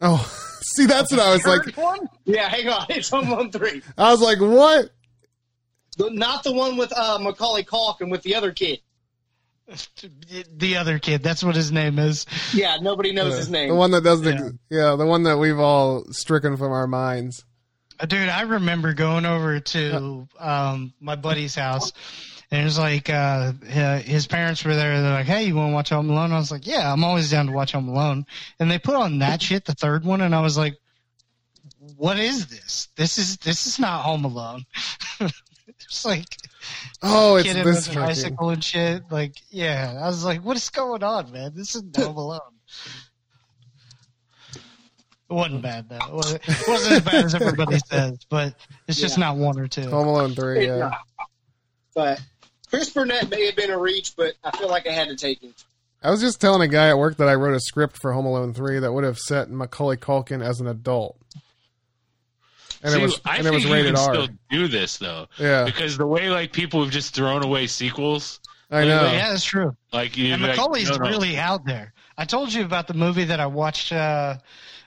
D: Oh, see, that's what I was like.
E: one? Yeah, hang on. It's Home Alone three.
D: I was like, what?
E: The- Not the one with uh, Macaulay Culkin with the other kid.
C: The other kid. That's what his name is.
E: Yeah, nobody knows his
D: The
E: name.
D: one that doesn't. ex- yeah, the one that we've all stricken from our minds.
C: Uh, Dude, I remember going over to um, my buddy's house, and it was like uh, hi- his parents were there. They're like, "Hey, you want to watch Home Alone?" I was like, "Yeah, I'm always down to watch Home Alone." And they put on that shit, the third one, and I was like, "What is this? This is this is not Home Alone." it's like
D: Oh, it's
C: kid in
D: this
C: with a
D: fucking.
C: bicycle and shit. Like, yeah, I was like, "What is going on, man? This is Home Alone." It wasn't bad though. It wasn't, it wasn't as bad as everybody says, but it's just not one or two.
D: Home Alone three. Yeah.
E: But Chris Burnett may have been a reach, but I feel like I had to take him.
D: I was just telling a guy at work that I wrote a script for Home Alone 3 that would have set Macaulay Culkin as an adult. And
F: See,
D: it was
F: I
D: and it
F: think
D: was
F: you
D: rated
F: can
D: R.
F: still do this though,
D: yeah,
F: because the way like people have just thrown away sequels,
D: I know.
C: But yeah, that's true.
F: like you.
C: And
F: like,
C: Macaulay's
F: no, no.
C: really out there. I told you about the movie that I watched uh,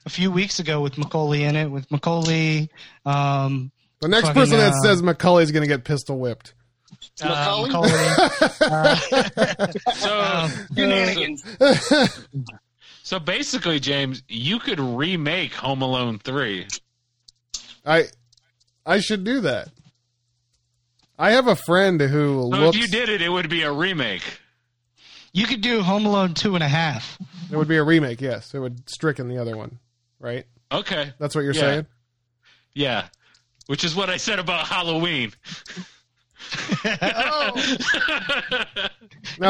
C: a few weeks ago with Macaulay in it, with Macaulay, um,
D: The next
C: fucking,
D: person that
C: uh,
D: says Macaulay's going to get pistol whipped.
C: uh,
E: Macaulay?
C: Macaulay,
F: So,
C: um,
E: Shenanigans.
F: so basically, James, you could remake Home Alone three.
D: I I should do that. I have a friend who
F: So
D: looks
F: if you did it, it would be a remake.
C: you could do Home Alone two and a half.
D: it would be a remake, yes. It would stricken the other one, right?
F: Okay,
D: That's what you're
F: Yeah.
D: saying?
F: yeah, which is what I said about Halloween.
D: No,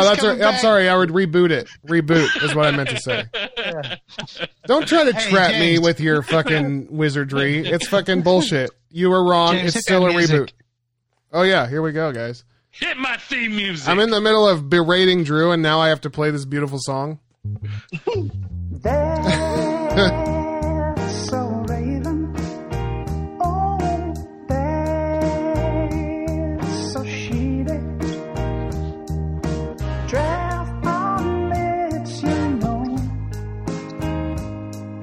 C: He's
D: that's right.
C: coming
D: I'm
C: back.
D: sorry. I would reboot it. Reboot is what I meant to say. Don't try to
C: Hey,
D: trap me
C: James.
D: with your fucking wizardry. It's fucking bullshit. You were wrong.
C: James,
D: it's
C: hit
D: still
C: that
D: a
C: music.
D: reboot. Oh yeah, here we go, guys.
F: Hit my theme music.
D: I'm in the middle of berating Drew, and now I have to play this beautiful song.
G: so raven. Oh, there's so shady. Draft on lips, you know.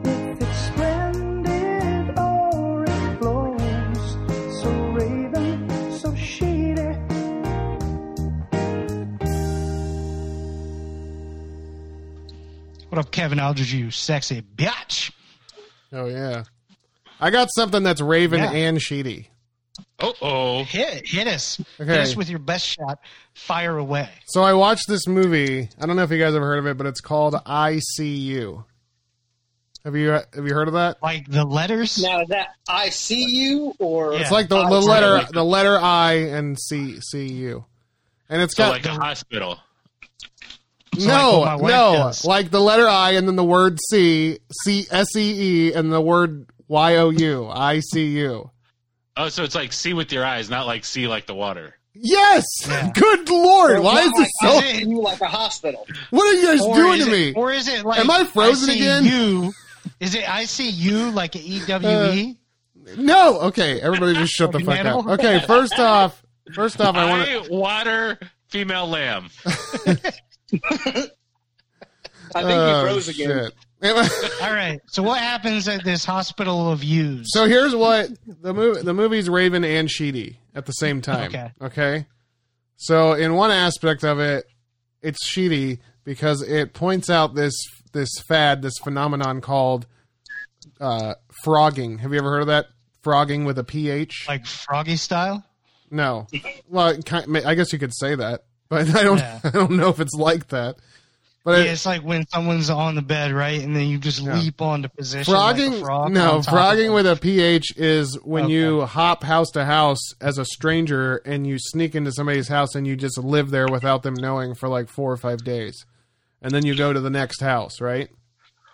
G: If it's splendid oh, or it blows, so raven, so shady.
C: What up, Kevin Aldridge? You sexy bitch.
D: Oh yeah, I got something that's Raven
C: Yeah.
D: and Sheedy.
F: Oh oh.
C: Hit hit us.
D: Okay.
C: Hit us with your best shot. Fire away.
D: So I watched this movie. I don't know if you guys have heard of it, but it's called I See You. Have you uh, have you heard of that?
C: Like the letters.
E: now is that I see you or
C: Yeah.
D: It's like the,
E: I
D: the
E: see
D: letter
F: you.
D: the letter I and C C U, and it's
F: So
D: got
F: Oh, like a hospital.
C: So
D: no,
C: like what my wife
D: no,
C: does.
D: like the letter I and then the word C, C S E E, and the word Y O U, I C U.
F: Oh, so it's like see with your eyes, not like see like the water.
D: Yes,
C: Yeah.
D: good lord,
E: It's
D: why
E: not
D: is this
E: like
D: so?
E: I see you like a hospital?
D: What are you guys
C: Or
D: doing
C: is
D: to
C: it-
D: me?
C: Or is it like
D: Am I frozen
C: see
D: again?
C: You. Is it I see you like E a EWE?
D: Uh, No, okay, everybody just shut the fuck up.
C: Animal.
D: Okay, first off, first off, I want to.
F: I water female lamb.
E: I think he froze
D: Oh,
E: again.
D: shit.
C: All right. So what happens at this hospital of youths?
D: So here's what the movie the movie's Raven and Sheedy at the same time.
C: Okay.
D: Okay. So in one aspect of it, it's Sheedy because it points out this this fad, this phenomenon called uh, frogging. Have you ever heard of that? Frogging with a ph?
C: like Froggy style?
D: no. Well, it ki- I guess you could say that, but I don't.
C: Yeah.
D: I don't know if it's like that. But
C: Yeah,
D: it-
C: it's like when someone's on the bed, right? And then you just leap on the position. like a
D: Frogging,
C: frog
D: no,
C: on top of
D: frogging
C: them.
D: with a ph is when
C: Okay.
D: you hop house to house as a stranger and you sneak into somebody's house and you just live there without them knowing for like four or five days, and then you go to the next house. Right?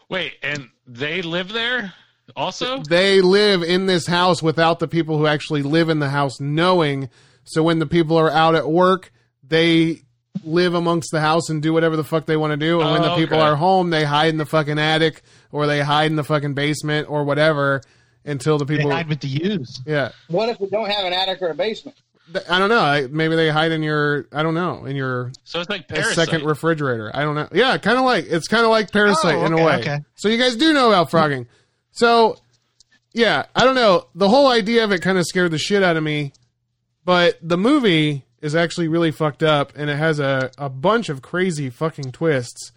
F: Wait, and they live there also?
D: They live in this house without the people who actually live in the house knowing. So when the people are out at work, they live amongst the house and do whatever the fuck they want to do. And when the
F: Oh,
D: people
F: okay.
D: are home, they hide in the fucking attic or they hide in the fucking basement or whatever until the
C: They
D: people
C: hide with the youths.
D: Yeah.
E: What if we don't have an attic or a basement?
D: Th- I don't know. I- Maybe they hide in your, I don't know, in your
F: So it's like Parasite.
D: second refrigerator. I don't know. Yeah, kind of like, it's kind of like Parasite
C: Oh,
D: in a
C: okay,
D: way.
C: okay.
D: So you guys do know about frogging. So, yeah, I don't know. The whole idea of it kind of scared the shit out of me, but the movie is actually really fucked up and it has a, a bunch of crazy fucking twists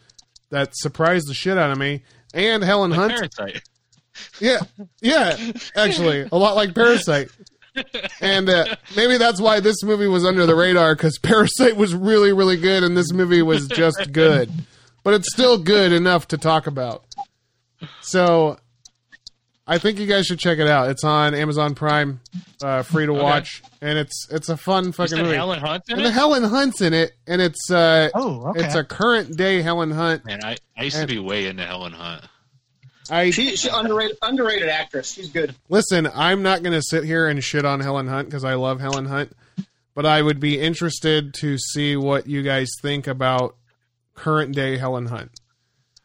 D: that surprised the shit out of me. And Helen
F: Like
D: Hunt.
F: Parasite.
D: Yeah, yeah. Actually, a lot like Parasite, and uh, maybe that's why this movie was under the radar because Parasite was really, really good, and this movie was just good. But it's still good enough to talk about. So, I think you guys should check it out. It's on Amazon Prime, uh, free to watch, and it's it's a fun
F: You
D: fucking
F: said
D: movie.
F: Helen Hunt in
D: and the
F: it?
D: Helen Hunt's in it, and it's uh,
C: Oh, okay.
D: it's a current day Helen Hunt.
F: Man, I, I used to be way into Helen Hunt.
D: I
E: She, she underrated underrated actress. She's good.
D: Listen, I'm not going to sit here and shit on Helen Hunt because I love Helen Hunt, but I would be interested to see what you guys think about current day Helen Hunt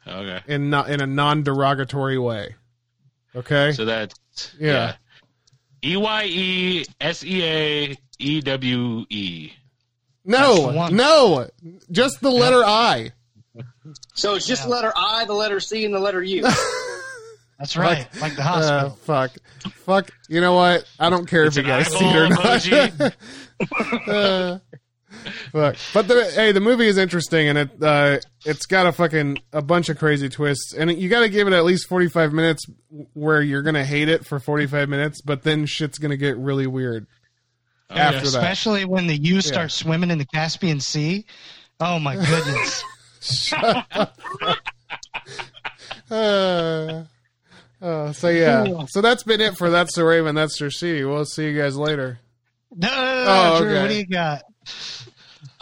F: Okay.
D: in not in a non derogatory way. Okay,
F: So that's
D: Yeah.
F: E Y E S E A E W E.
C: That's the
D: no,
C: one.
D: no, just the letter I.
E: So it's just the letter I, the letter C, and the letter U.
C: That's right. Like, the hospital.
D: Uh, fuck, fuck. You know what? I don't care
F: It's
D: if
F: an
D: you guys see it or
F: eyeball
D: not.
F: emoji.
D: Uh, fuck. But the, hey, the movie is interesting, and it uh, it's got a fucking a bunch of crazy twists, and you got to give it at least forty five minutes where you're gonna hate it for forty five minutes, but then shit's gonna get really weird after that.
C: Oh, Especially when the youths
D: Yeah.
C: start swimming in the Caspian Sea. Oh my goodness.
D: Uh, uh, so yeah, so that's been it for that's the Raven, that's your CD. We'll see you guys later.
C: no, no, no, no,
D: Oh,
C: Drew,
D: okay.
C: what do you got?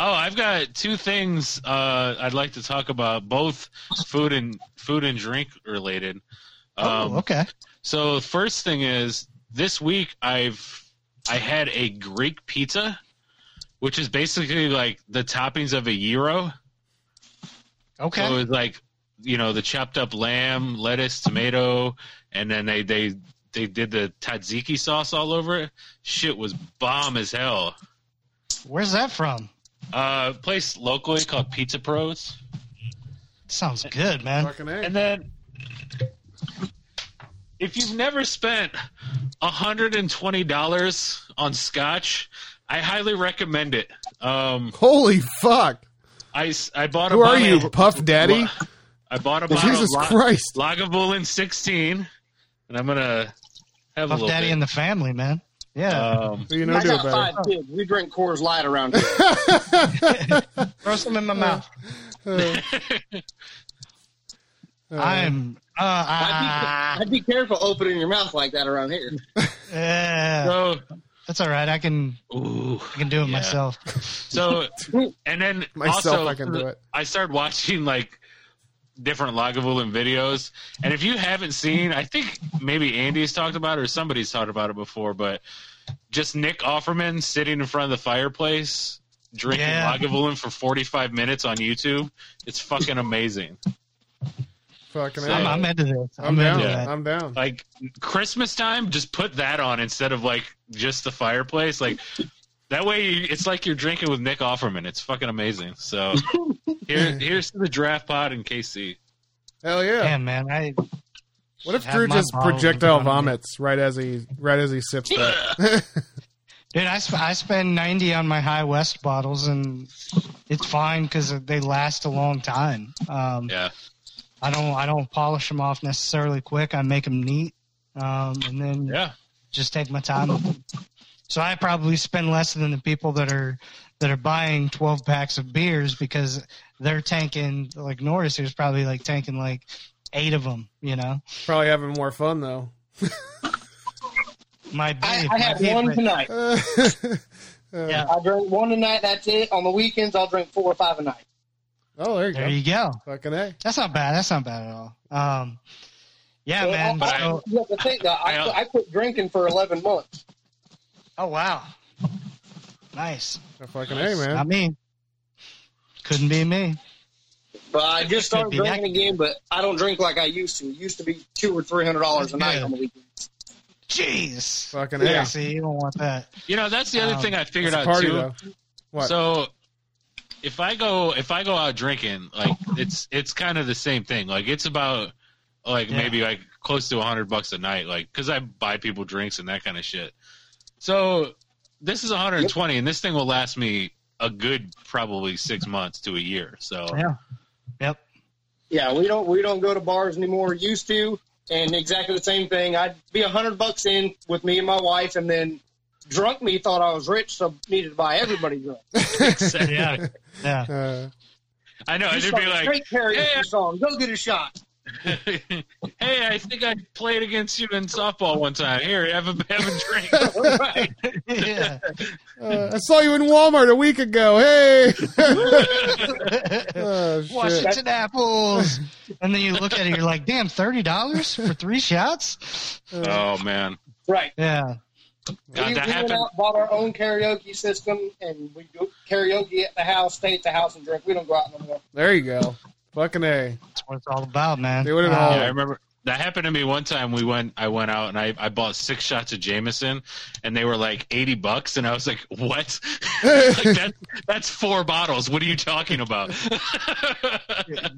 F: Oh, I've got two things uh, I'd like to talk about, both food and food and drink related. Um,
C: oh, okay.
F: So the first thing is this week I've I had a Greek pizza, which is basically like the toppings of a gyro.
C: Okay.
F: So it was like you know the chopped up lamb, lettuce, tomato, and then they they they did the tzatziki sauce all over it. Shit was bomb as hell.
C: Where's that from?
F: Uh, place locally called Pizza Pros,
C: Sounds good, man.
D: Fucking A.
F: and then if you've never spent hundred and twenty dollars on scotch, I highly recommend it. Um,
D: Holy fuck!
F: I s- I bought a
D: Who are
F: bottle
D: you,
F: of-
D: Puff Daddy?
F: I bought a bottle
D: Jesus
F: of La-
D: Christ!
F: Lagavulin 16, and I'm gonna have a
C: Puff
F: little
C: Daddy
F: bit.
C: and the family, man. Yeah.
F: um,
D: What do you know
E: I
D: do
E: got
D: about it?
E: five kids. We drink Coors Light around here.
C: Throw some in my mouth. I'm. Uh,
E: I'd, be, I'd be careful opening your mouth like that around here.
C: yeah.
F: so,
C: That's all right. I can.
F: ooh,
C: I can do it
F: Yeah.
C: myself.
F: so, and then
D: Myself,
F: also,
D: I can do it.
F: I started watching like different Lagavulin videos, and if you haven't seen, I think maybe Andy's talked about it or somebody's talked about it before, but just Nick Offerman sitting in front of the fireplace drinking
C: Yeah.
F: Lagavulin for 45 minutes on YouTube. It's fucking amazing.
D: Fucking
F: So-
D: A.
C: I'm, I'm into this.
D: I'm
C: I'm,
D: down.
C: into that.
D: I'm down.
F: like Christmas time, just put that on instead of like just the fireplace. Like that way, you, it's like you're drinking with Nick Offerman. It's fucking amazing. So here, here's to the draft pod and KC.
D: Hell yeah!
C: Damn, man, I
D: what if
C: have
D: Drew
C: my
D: just
C: bottle
D: projectile
C: in front of me.
D: vomits right as he right as he sips that?
C: Dude, I, sp- I spend 90 on my High West bottles, and it's fine because they last a long time. Um,
F: Yeah.
C: I don't I don't polish them off necessarily quick. I make them neat, um, and then
F: Yeah.
C: just take my time with them. So I probably spend less than the people that are that are buying 12 packs of beers because they're tanking like Norris here's probably like tanking like eight of them. You know,
D: Probably having more fun though.
C: my beer,
E: I,
C: my
E: I had one
C: favorite-
E: tonight.
D: Uh,
C: Yeah.
E: I drank one tonight. That's it. On the weekends, I'll drink four or five a night.
D: oh, there you
C: There
D: go.
C: you go.
D: Fucking a.
C: That's not bad. That's not bad at all. Um, yeah,
E: Well,
C: man.
E: I,
C: so-
E: you have to think that I,
F: I-
E: I, quit drinking for eleven months.
C: Oh wow, nice.
D: Fucking a,
C: I
D: man.
C: mean, couldn't be me.
E: But I just started
C: Could be
E: drinking again. But I don't drink like I used to. It used to be two or three hundred dollars a
C: That's
E: night
C: good.
E: on the weekend.
C: Jeez.
D: Fucking
C: yeah.
D: a.
C: See, you don't want that.
F: You know, that's the other
C: Um,
F: thing I figured
D: It's a
F: out
D: party
F: too.
D: though. What?
F: So if I go if I go out drinking, like it's it's kind of the same thing. Like it's about like
C: Yeah.
F: maybe like close to hundred bucks a night, like because I buy people drinks and that kind of shit. So this is 120, and this thing will last me a good probably six months to a year. So
C: Yeah. Yep.
E: Yeah, we don't we don't go to bars anymore. We Used to, and exactly the same thing. I'd be a hundred bucks in with me and my wife, and then drunk me thought I was rich, so needed to buy everybody drunk.
C: Yeah. Yeah.
D: Uh,
F: I know
E: You
F: it'd
E: sung
F: be
E: a
F: like,
E: great karaoke
F: "Hey, I-
E: song. Go get a shot.
F: hey, I think I played against you in softball one time. Here, have a have a drink.
E: right.
C: yeah.
D: uh, I saw you in Walmart a week ago. Hey. oh, shit.
C: Washington apples, and then you look at it, you're like, "Damn, thirty dollars for three shots."
F: oh man,
E: Right.
C: Yeah.
F: God,
E: we,
F: that
E: we went
F: happened.
E: out, bought our own karaoke system, and we do karaoke at the house, stay at the house, and drink. We don't go out no more.
D: There you go. Fucking a.
C: That's what it's all about, man.
D: They would've
C: Uh,
F: Yeah, I remember that happened to me one time. We went, I went out and I, I bought six shots of Jameson, and they were like eighty bucks, and I was like, "What? like that, that's four bottles. What are you talking about?"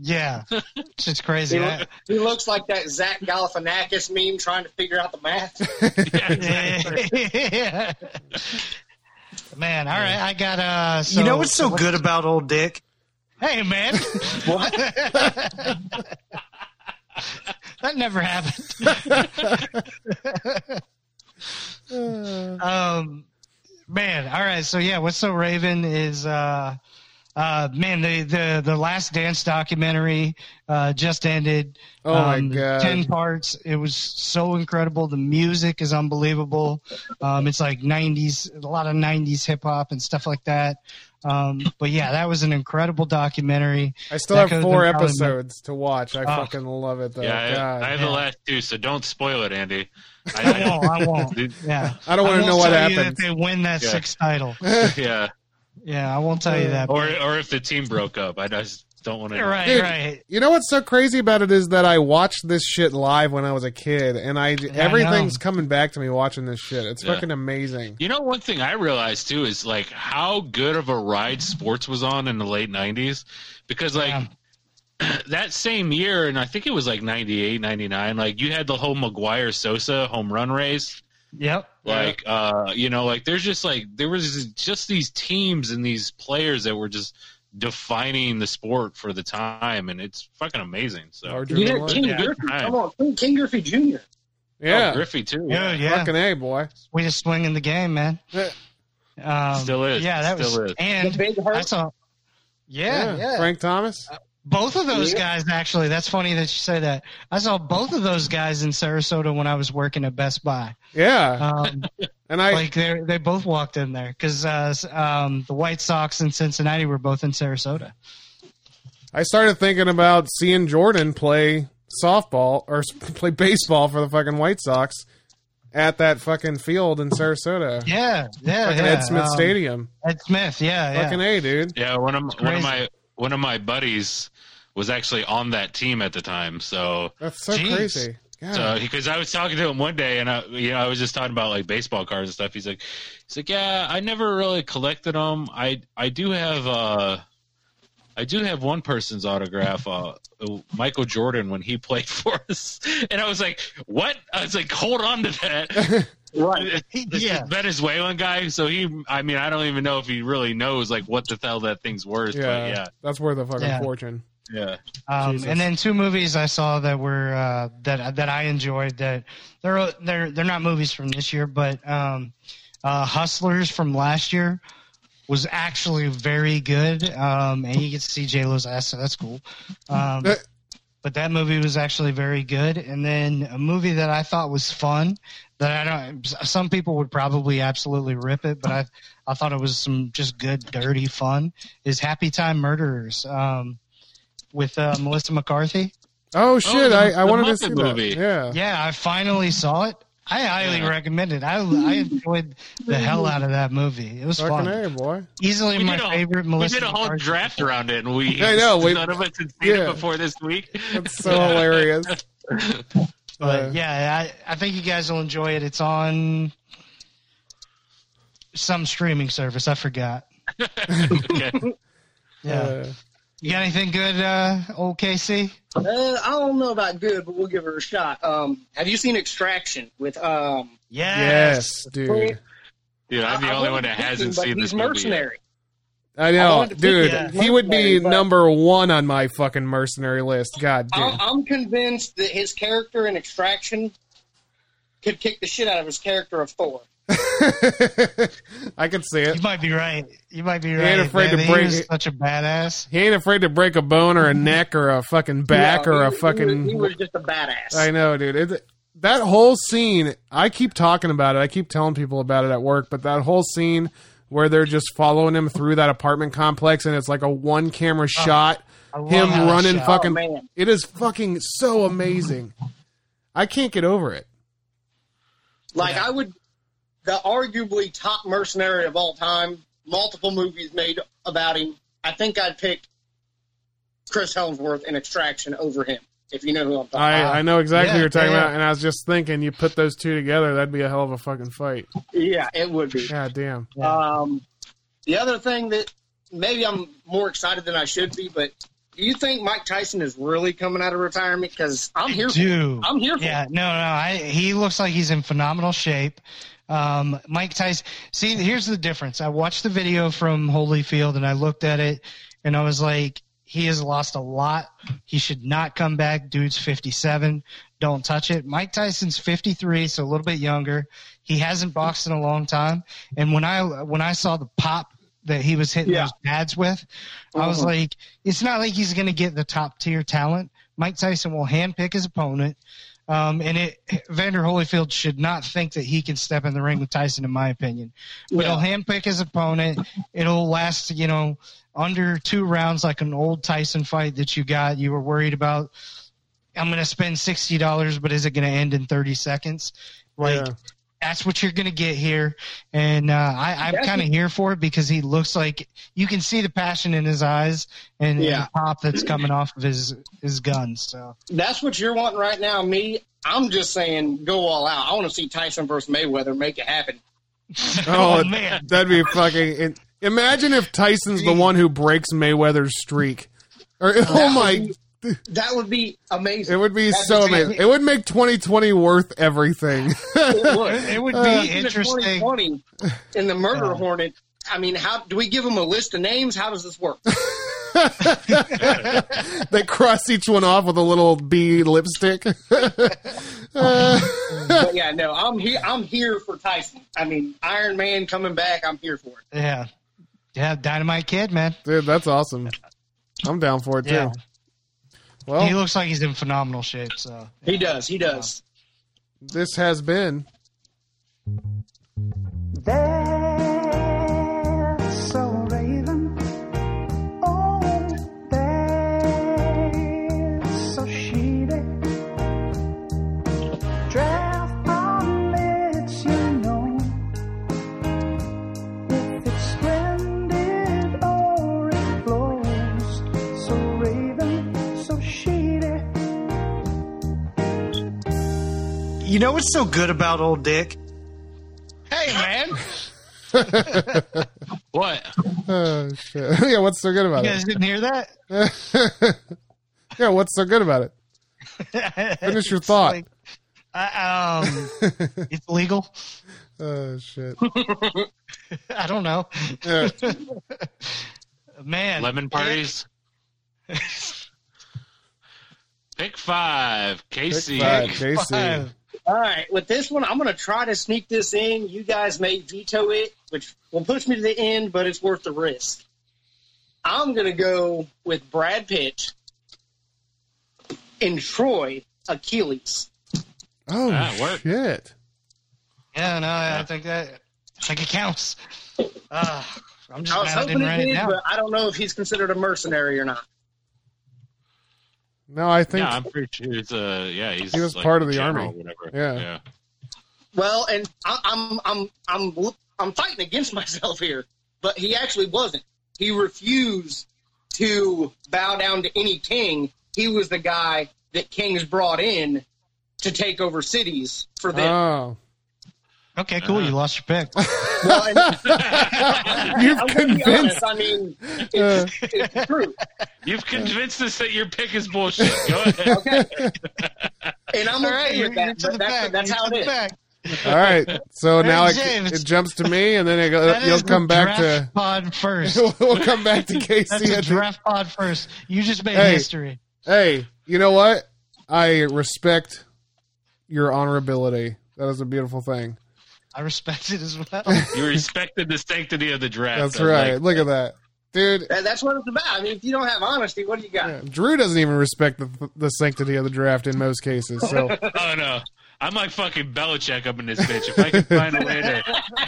C: yeah. It's just crazy.
E: He,
C: I-
E: look- he looks like that Zach Galifianakis meme trying to figure out the math.
F: Yeah, exactly.
C: yeah. Man, all right, I got uh. So,
H: you know what's so good about old Dick?
C: Hey, man. what? that never happened. um, man. All right. So yeah, what's so Raven is uh, uh, man. The the the Last Dance documentary uh just ended.
D: Oh, my
C: Um,
D: God.
C: Ten parts. It was so incredible. The music is unbelievable. Um, it's like '90s, a lot of '90s hip hop and stuff like that. Um, but yeah, that was an incredible documentary.
D: I still
C: That
D: have
C: could've
D: four
C: been probably-
D: episodes to watch. I
C: Ah.
D: fucking love it though.
F: yeah,
D: God.
F: I, I
D: I,
F: have the
C: yeah.
F: last two, so don't spoil it, Andy.
C: I won't. I won't. Yeah.
D: don't want to
C: won't
D: know what
C: tell you
D: happens.
C: That they win that
F: Yeah.
C: sixth title.
F: yeah,
C: Yeah, I won't tell you that.
F: or or if the team broke up, I just don't want to.
C: right,
D: Dude,
C: right.
D: You know what's so crazy about it is that I watched this shit live when I was a kid, and I everything's
C: know.
D: coming back to me watching this shit. It's
F: Yeah.
D: fucking amazing.
F: You know, one thing I realized too is like how good of a ride sports was on in the late '90s, because like that same year, and I think it was like 98, 99, like you had the whole McGuire Sosa home run race.
C: Yep.
F: Like, uh, you know, like there's just like there was just these teams and these players that were just defining the sport for the time, and it's fucking amazing. So,
D: Larger than
E: Yeah,
D: life.
E: King
F: Yeah.
E: Griffey.
F: Good
E: Come
F: time.
E: on, King- King Griffey Jr.
F: Oh,
D: yeah,
F: Griffey too.
C: Yeah, yeah.
D: fucking a boy.
C: We just swinging the game, man.
D: Yeah.
C: Um,
F: Still is.
C: Yeah, that
F: Still
C: was.
F: is.
E: The
C: And
E: big
C: I
E: hurt.
C: saw. Yeah, Uh, yeah.
D: Frank Thomas.
C: Both of those
E: Yeah.
C: guys, actually. That's funny that you say that. I saw both of those guys in Sarasota when I was working at Best Buy.
D: Yeah,
C: Um,
D: and I
C: like they they both walked in there because uh, s- um, the White Sox and Cincinnati were both in Sarasota.
D: I started thinking about seeing Jordan play softball or s- play baseball for the fucking White Sox at that fucking field in Sarasota,
C: Yeah, yeah,
D: fucking
C: yeah.
D: Ed Smith
C: um,
D: Stadium.
C: Ed Smith, yeah, yeah.
D: Fucking a dude.
F: Yeah, one of one of
C: crazy.
F: my one of my buddies was actually on that team at the time. So
D: That's so
C: Jeez.
D: crazy. God.
F: so because I was talking to him one day, and I you know I was just talking about like baseball cards and stuff. He's like, he's like, yeah, I never really collected them. I I do have uh. I I do have one person's autograph, uh, Michael Jordan when he played for us, and I was like, "What?" I was like, "Hold on to that."
E: Right.
F: This
C: Yeah.
F: Venezuelan guy, so he. I mean, I don't even know if he really knows like what the hell that thing's worth.
D: Yeah, that's worth a fucking
C: Yeah.
D: fortune.
F: But yeah, yeah.
C: Um,
D: Jesus.
C: and then two movies I saw that were uh, that that I enjoyed that they're they're they're not movies from this year, but um, uh, Hustlers from last year was actually very good, um, and you get to see J Lo's ass, so that's cool. Um, but that movie was actually very good. And then a movie that I thought was fun that I don't. Some people would probably absolutely rip it, but I I thought it was some just good dirty fun. Is Happy Time Murderers um, with uh, Melissa McCarthy?
D: Oh shit!
F: the-
D: I, I
F: the
D: wanted to
F: Muppet
D: see
F: movie.
D: that. Yeah.
C: Yeah, I finally saw it. I highly
F: Yeah.
C: recommend it. I I enjoyed the hell out of that movie. It was
D: Fucking
C: fun.
D: A, boy.
C: Easily
F: We
C: my
F: did a-
C: favorite
F: we
C: Melissa
F: did a whole
C: McCarthy.
F: draft around it, and we
D: I know, we-
F: none of us had seen
D: yeah.
F: it before this week.
D: That's so hilarious.
C: But
D: Uh,
C: yeah, I, I think you guys will enjoy it. It's on some streaming service. I forgot.
F: Okay.
C: Yeah.
D: Uh,
C: you got anything good, uh, old KC?
E: Uh, I don't know about good, but we'll give her a shot. Um, have you seen Extraction with um?
D: yes, dude.
F: Dude, I'm the
E: I- I
F: only
E: wasn't
F: one that
E: thinking,
F: hasn't
E: but
F: seen
E: he's
F: this movie.
E: mercenary.
D: I
E: I
D: know,
E: wanted to pick
D: dude.
C: that
D: He would be
E: mercenary, but-
D: number one on my fucking mercenary list. God
E: I'm,
D: damn.
E: I'm convinced that his character in Extraction could kick the shit out of his character of Thor.
D: I can see
C: You
D: it.
C: might be right. You might be right.
D: ain't afraid to
C: man. He
D: break
C: was
D: it.
C: such a badass.
D: He ain't afraid to break a bone or a neck or a fucking back
E: Yeah,
D: or
E: he
D: a
E: was-
D: fucking.
E: He was, he was just a badass.
D: I know, dude. It, that whole scene, I keep talking about it. I keep telling people about it at work, but that whole scene where they're just following him through that apartment complex and it's like a one camera shot,
C: Oh, I love
D: him
C: that
D: running
C: shot.
D: fucking.
E: Oh, man.
D: it is fucking so amazing. I can't get over it.
E: Like I would, the arguably top mercenary of all time. Multiple movies made about him. I think I'd pick Chris Helmsworth in Extraction over him. If you know who I'm talking.
D: I,
C: Uh,
D: I know exactly what
C: yeah,
D: you're talking
C: yeah,
D: about,
C: yeah.
D: and I was just thinking, you put those two together, that'd be a hell of a fucking fight.
E: Yeah, it would be.
D: God damn.
C: Yeah.
E: Um, the other thing that maybe I'm more excited than I should be, but do you think Mike Tyson is really coming out of retirement? Because I'm here.
C: Dude.
E: For it. I'm here. For
C: Yeah,
E: it.
C: no, no. I, he looks like he's in phenomenal shape. Um, Mike Tyson. See, here's the difference. I watched the video from Holyfield and I looked at it and I was like, he has lost a lot. He should not come back. Dude's 57. Don't touch it. Mike Tyson's 53, so a little bit younger. He hasn't boxed in a long time. And when I when I saw the pop that he was hitting
E: Yeah.
C: those pads with, I was
E: Mhm.
C: like, it's not like he's going to get the top tier talent. Mike Tyson will handpick his opponent. Um, and it, Vander Holyfield should not think that he can step in the ring with Tyson, in my opinion. But he'll handpick his opponent. It'll last, you know, under two rounds, like an old Tyson fight that you got. You were worried about. I'm going to spend sixty dollars, but is it going to end in thirty seconds? Like
D: Yeah.
C: that's what you're going to get here, and uh, I, I'm
E: That's-
C: kind of here for it because he looks like you can see the passion in his eyes and, and
E: Yeah.
C: the pop that's coming off of his his gun. So
E: That's what you're wanting right now. Me, I'm just saying, go all out. I want to see Tyson versus Mayweather. Make it happen.
D: Oh,
C: man.
D: that'd be fucking. in imagine if Tyson's the one who breaks Mayweather's streak. Or, oh my
E: That would be amazing.
D: It would be
E: That'd
D: so
E: just be-
D: amazing. It would make 2020 worth everything.
E: It would.
C: it would be
D: Uh,
E: Even if
C: interesting.
E: 2020 in the Murder
C: Yeah.
E: Hornet. I mean, how do we give them a list of names? How does this work?
D: they cross each one off with a little bee lipstick.
E: but yeah, no, I'm here. I'm here for Tyson. I mean, Iron Man coming back. I'm here for it.
C: Yeah, yeah, Dynamite Kid, man.
D: Dude, that's awesome. I'm down for it too.
C: Yeah. He
D: Well,
C: looks like he's in phenomenal shape. So
E: He does. He does.
D: this has been
G: There's a raven. Oh, there's a she-day. Draft on lips, you know. If it's splendid or it blows. So raven, so she-day.
H: You know what's so good about old Dick?
C: hey, man,
F: What?
D: Oh, shit. yeah, what's so good about
C: You guys didn't hear that?
D: it? yeah, what's so good about it?
C: Finish
D: your thought.
C: I, um, it's legal.
D: Oh shit!
C: I don't know,
D: Yeah.
C: man.
F: Lemon parties. Pick five, Casey.
D: Pick five,
C: Pick
D: Casey.
C: five.
E: All right, with this one, I'm going to try to sneak this in. You guys may veto it, which will push me to the end, but it's worth the risk. I'm going to go with Brad Pitt and Troy Achilles.
D: Oh
F: Ah, it worked.
D: shit!
C: Yeah, no, I think that I think it counts. Uh, I'm just
E: I was
C: mad I
E: hoping
C: didn't
E: it
C: write it
E: did,
C: down.
E: but I don't know if he's considered a mercenary or not.
D: No, I think
F: Yeah, I'm pretty sure he's uh yeah, he's
D: He was
F: like
D: part of the
F: general
D: army.
F: or whatever.
D: Yeah.
F: yeah.
E: Well, and I, I'm I'm I'm I'm fighting against myself here, but he actually wasn't. He refused to bow down to any king. He was the guy that kings brought in to take over cities for them.
D: oh,
C: Okay, cool.
D: Uh-huh.
C: You lost your pick.
E: Well, and
D: you've
E: I'm gonna be
D: convinced.
E: honest, I mean,
D: Uh,
E: it's true.
F: You've convinced us that your pick is bullshit. Go ahead.
E: Okay. And I'm
C: All
E: okay
C: right, you're,
E: with that.
C: you're to
E: but
C: the
E: that's,
C: back.
E: that's
C: you're
E: how
C: to
E: it
C: the
E: is.
C: back.
D: all right, so now it,
C: James.
D: it jumps to me, and then it go,
C: That
D: you'll
C: is
D: come
C: the
D: back
C: draft
D: to
C: pod first.
D: we'll come back to
C: That's
D: Casey.
C: a
D: at the-
C: draft pod first. You just made
D: Hey.
C: history.
D: Hey, you know what? I respect your honorability. That is a beautiful thing.
C: I respect it as well.
F: You respected the sanctity of the draft.
D: That's
F: I was
D: right.
F: like,
D: Look at that, dude.
E: That- That's what it's about. I mean, if you don't have honesty, what do you got?
D: Drew doesn't even respect the, the sanctity of the draft in most cases. So
F: oh no. I'm like fucking Belichick up in this bitch. If I can find a way to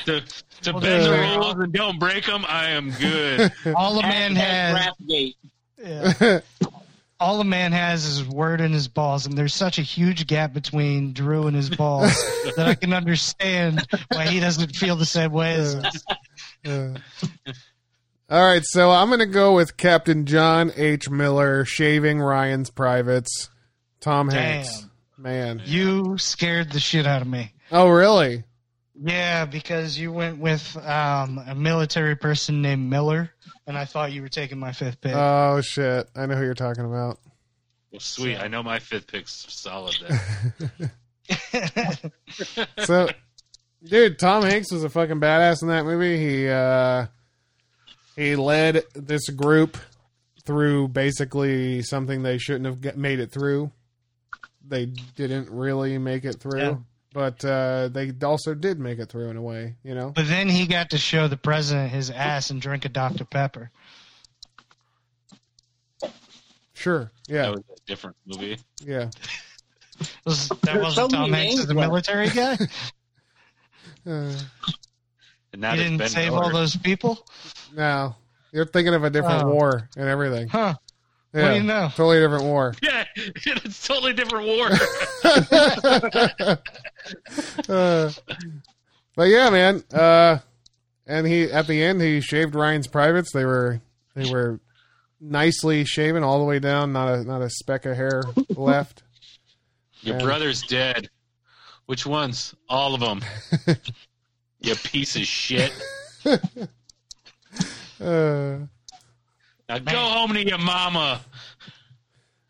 F: to, to bend the
C: there you
F: rules and don't break them, I am good.
C: All a man has,
E: Rathgate.
C: yeah. all a man has is his word and his balls, and there's such a huge gap between Drew and his balls that I can understand why he doesn't feel the same way as us.
D: Uh, all right, so I'm going to go with Captain John H. Miller shaving Ryan's privates. Tom
C: Damn.
D: Hanks, man.
C: You scared the shit out of me.
D: Oh, really?
C: Yeah, because you went with um, a military person named Miller, and I thought you were taking my fifth pick.
D: Oh shit! I know who you're talking about.
F: Well, sweet. I know my fifth pick's solid. Then.
D: So, dude, Tom Hanks was a fucking badass in that movie. He uh, he led this group through basically something they shouldn't have get, made it through. They didn't really make it through,
C: Yeah.
D: but uh, they also did make it through in a way. You know.
C: but then he got to show the president his ass and drink a Dr. Pepper.
D: Sure.
F: That
D: Yeah.
F: was a different movie.
D: Yeah.
C: Was- That
E: There's
C: wasn't
E: so
C: Tom
E: many
C: Hanks as a
E: names
C: military guy?
D: Uh,
F: And now
C: He
F: it's
C: didn't
F: Ben
C: save
F: Miller.
C: all those people?
D: no, you're thinking of a different
C: Oh.
D: war and everything.
C: Huh.
D: Yeah,
C: do you know?
D: Totally different war.
F: Yeah, it's totally different war.
D: Uh, but yeah, man. Uh, and he at the end he shaved Ryan's privates. They were they were nicely shaven all the way down. Not a not a speck of hair left.
F: Your
D: Yeah.
F: brother's dead. Which ones? All of them. you piece of shit.
D: Uh,
F: Now go home to your mama.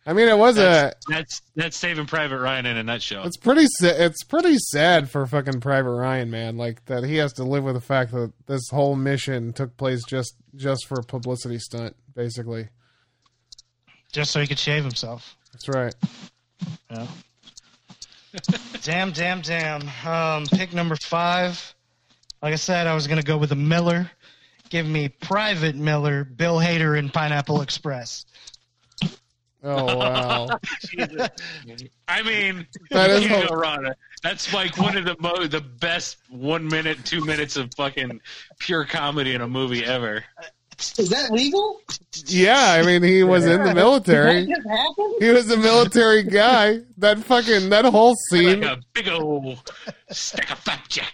D: I mean, it was a.
F: That's, that's that's Saving Private Ryan in a nutshell.
D: It's pretty. sa- It's pretty sad for fucking Private Ryan, man. Like that he has to live with the fact that this whole mission took place just just for a publicity stunt, basically.
C: Just so he could shave himself.
D: That's right.
C: Yeah. damn, damn, damn. Um, pick number five. Like I said, I was going to go with a Miller. Give me Private Miller, Bill Hader, and Pineapple Express.
D: Oh wow.
F: I mean,
D: That is
F: you
D: hor-
F: can't go wrong. That's like one of the mo- the best one minute, two minutes of fucking pure comedy in a movie ever.
E: Is that legal?
D: yeah, I mean he was in the military.
E: Did that just happen?
D: He was a military guy. That fucking that whole
F: Like
D: scene.
F: a big old stack of flapjacks.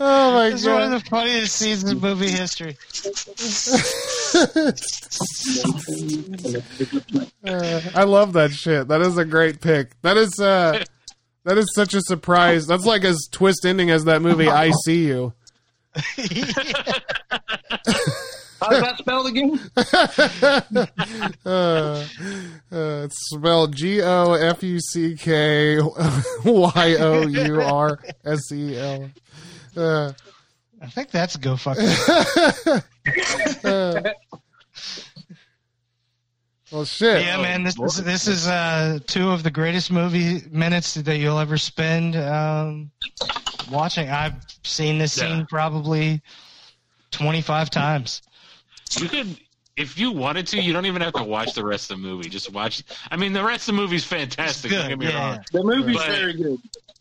D: Oh my
C: It's one of
D: god.
C: the funniest scenes in movie history.
D: Uh, I love that shit. That is a great pick. That is uh That is such a surprise. That's like as twist ending as that movie I See You.
E: How does that spelled again?
D: Uh, uh, it's spelled G O F U C K Y O U R S E L. Uh,
C: I think that's go fuck.
D: Well, shit.
C: yeah, man. This is this is uh, two of the greatest movie minutes that you'll ever spend um, watching. I've seen this
F: Yeah.
C: scene probably twenty five times.
F: You could, if you wanted to, you don't even have to watch the rest of the movie. Just watch. I mean, the rest of the movie's fantastic. Don't get
C: Good,
F: me
C: yeah.
F: wrong.
E: The movie's
F: But-
E: very good.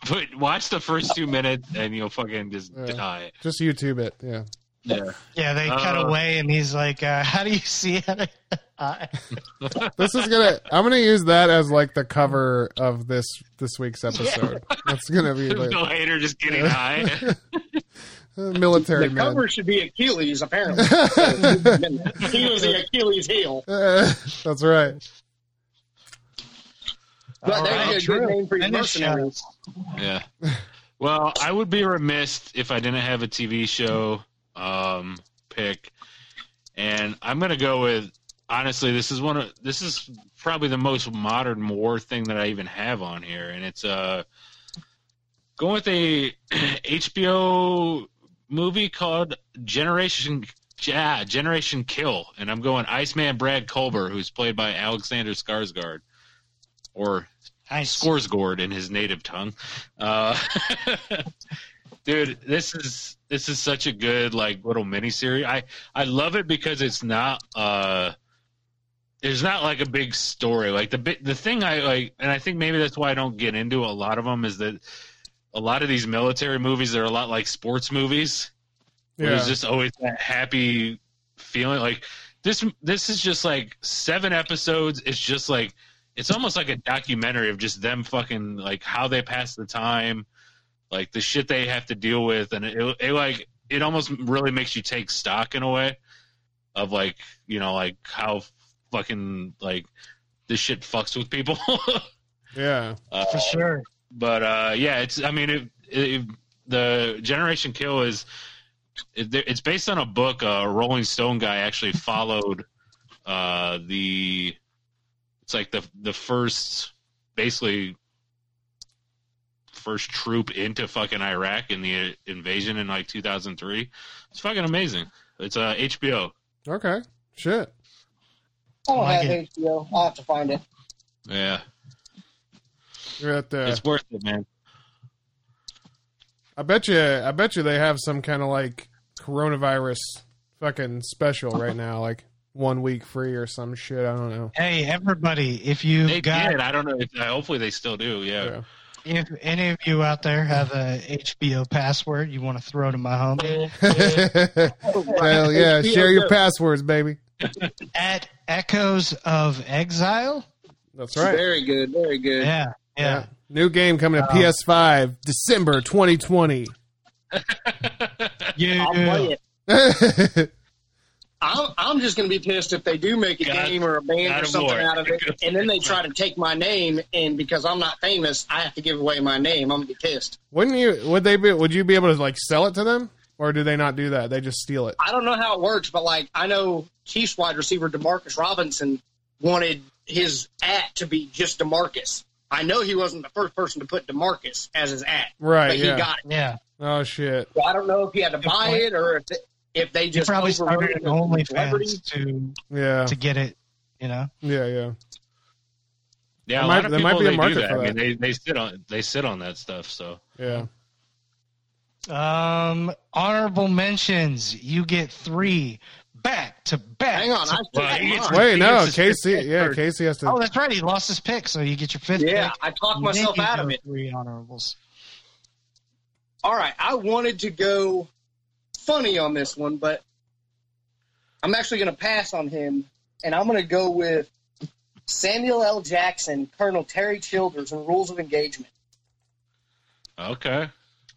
F: But watch the first two minutes, and you'll fucking just
D: Yeah.
F: die.
D: Just YouTube it. Yeah.
F: Yeah.
C: Yeah, they cut
F: Uh,
C: away, and he's like, uh, "How do you see it?" I-
D: This is gonna. I'm gonna use that as like the cover of this this week's episode. That's gonna be
F: Bill
D: like
F: Hader just getting high.
D: military
E: the
D: man.
E: cover should be Achilles, apparently. he was the Achilles heel.
D: Uh, that's right.
E: But
C: All right,
E: that's a
C: true.
E: good name for your
C: Finish, uh,
E: mercenaries.
F: Yeah. Well, I would be remiss if I didn't have a TV show um, pick, and I'm gonna go with honestly. This is one of this is probably the most modern war thing that I even have on here, and it's uh going with a HBO movie called Generation. Yeah, Generation Kill, and I'm going Iceman Brad Culber, who's played by Alexander Skarsgård, or
C: I
F: scores gourd in his native tongue. Uh, dude, this is this is such a good like little miniseries. I I love it because it's not uh there's not like a big story. Like the bit the thing I like, and I think maybe that's why I don't get into a lot of them is that a lot of these military movies they're a lot like sports movies where
D: Yeah.
F: there's just always that happy feeling. Like this, this is just like seven episodes. It's just like it's almost like a documentary of just them fucking like how they pass the time, like the shit they have to deal with, and it, it like it almost really makes you take stock in a way of like you know like how fucking like this shit fucks with people.
D: Yeah.
F: uh,
C: for sure.
F: but uh, yeah, it's. I mean, it, it, the Generation Kill is. It, it's based on a book. uh, A Rolling Stone guy actually followed uh, the. It's like the the first, basically, first troop into fucking Iraq in the invasion in like 2003. It's fucking amazing. It's uh, HBO.
D: Okay. Shit.
E: I don't
C: Like
E: have
C: it.
E: HBO. I'll have to find it.
F: Yeah,
D: You're at the.
F: it's worth it, man.
D: I bet you. I bet you they have some kind of like coronavirus fucking special right now, like one week free or some shit. I don't know.
C: Hey, everybody! If you
F: They
C: got
F: did. I don't know. If, uh, hopefully, they still do. Yeah.
D: Yeah.
C: If any of you out there have a HBO password you want to throw to my homie
D: Hell yeah!
E: HBO
D: Share your
E: goes.
D: passwords, baby.
C: at Echoes of Exile,
D: That's right.
E: Very good, very good.
C: yeah, yeah,
D: New game coming to PS5 December 2020.
C: you
E: I'll play it.
D: yeah.
E: I'm, I'm just going to be pissed if they do make a
F: God-
E: game or a band
F: God
E: or
F: of
E: something
F: War.
E: out of it, and then they try to take my name, and because I'm not famous, I have to give away my name. I'm going to be pissed.
D: Wouldn't you? Would they be? Would you be able to like sell it to them, or do they not do that? They just steal it.
E: I don't know how it works, but like I know Chiefs wide receiver Demarcus Robinson wanted his at to be just Demarcus. I know he wasn't the first person to put Demarcus as his at,
D: Right,
E: But
D: yeah.
E: he got it.
C: yeah.
D: Oh shit!
E: So I don't know if he had to buy
C: point.
E: it or if they, if they
C: You
E: just
C: probably
E: overrode
C: started an
E: it with celebrity.
C: OnlyFans to
D: Yeah,
C: to get it. You know,
D: yeah, yeah.
F: Yeah,
D: There
F: a
D: might-
F: lot of
D: there
F: people
D: might be a
F: they
D: market
F: do that.
D: for
F: I mean,
D: that.
F: they, they sit on they sit on that stuff. So
D: Yeah.
C: um, honorable mentions. You get three back to back.
E: Hang on,
C: to-
E: I still
F: Well,
E: have
F: he gets-
E: mine.
D: Wait,
F: he
D: no,
F: gets his
D: Casey.
F: pick
D: Yeah,
F: first.
D: Casey has to.
C: oh, that's right. He lost his pick, so you get your fifth.
E: Yeah,
C: pick.
E: I talked
C: Then
E: myself
C: you
E: out
C: go
E: of it.
C: Three honorables.
E: All right, I wanted to go funny on this one, but I'm actually going to pass on him, and I'm going to go with Samuel L. Jackson, Colonel Terry Childers, and Rules of Engagement.
F: okay,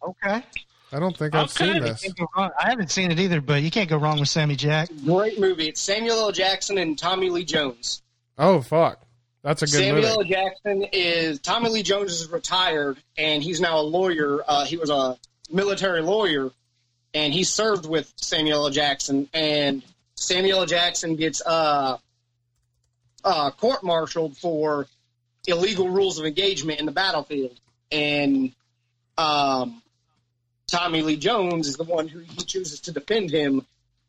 C: Okay,
D: I don't think I've
F: Okay.
D: seen
C: You
D: this.
C: can't go wrong. I haven't seen it either, but you can't go wrong with Sammy Jack.
E: Great movie. It's Samuel L. Jackson and Tommy Lee Jones.
D: Oh fuck! That's a good
E: Samuel L.
D: movie.
E: Jackson is Tommy Lee Jones is retired and he's now a lawyer. Uh, he was a military lawyer and he served with Samuel L. Jackson and Samuel L. Jackson gets uh, uh, court martialed for illegal rules of engagement in the battlefield and um, Tommy Lee Jones is the one who he chooses to defend him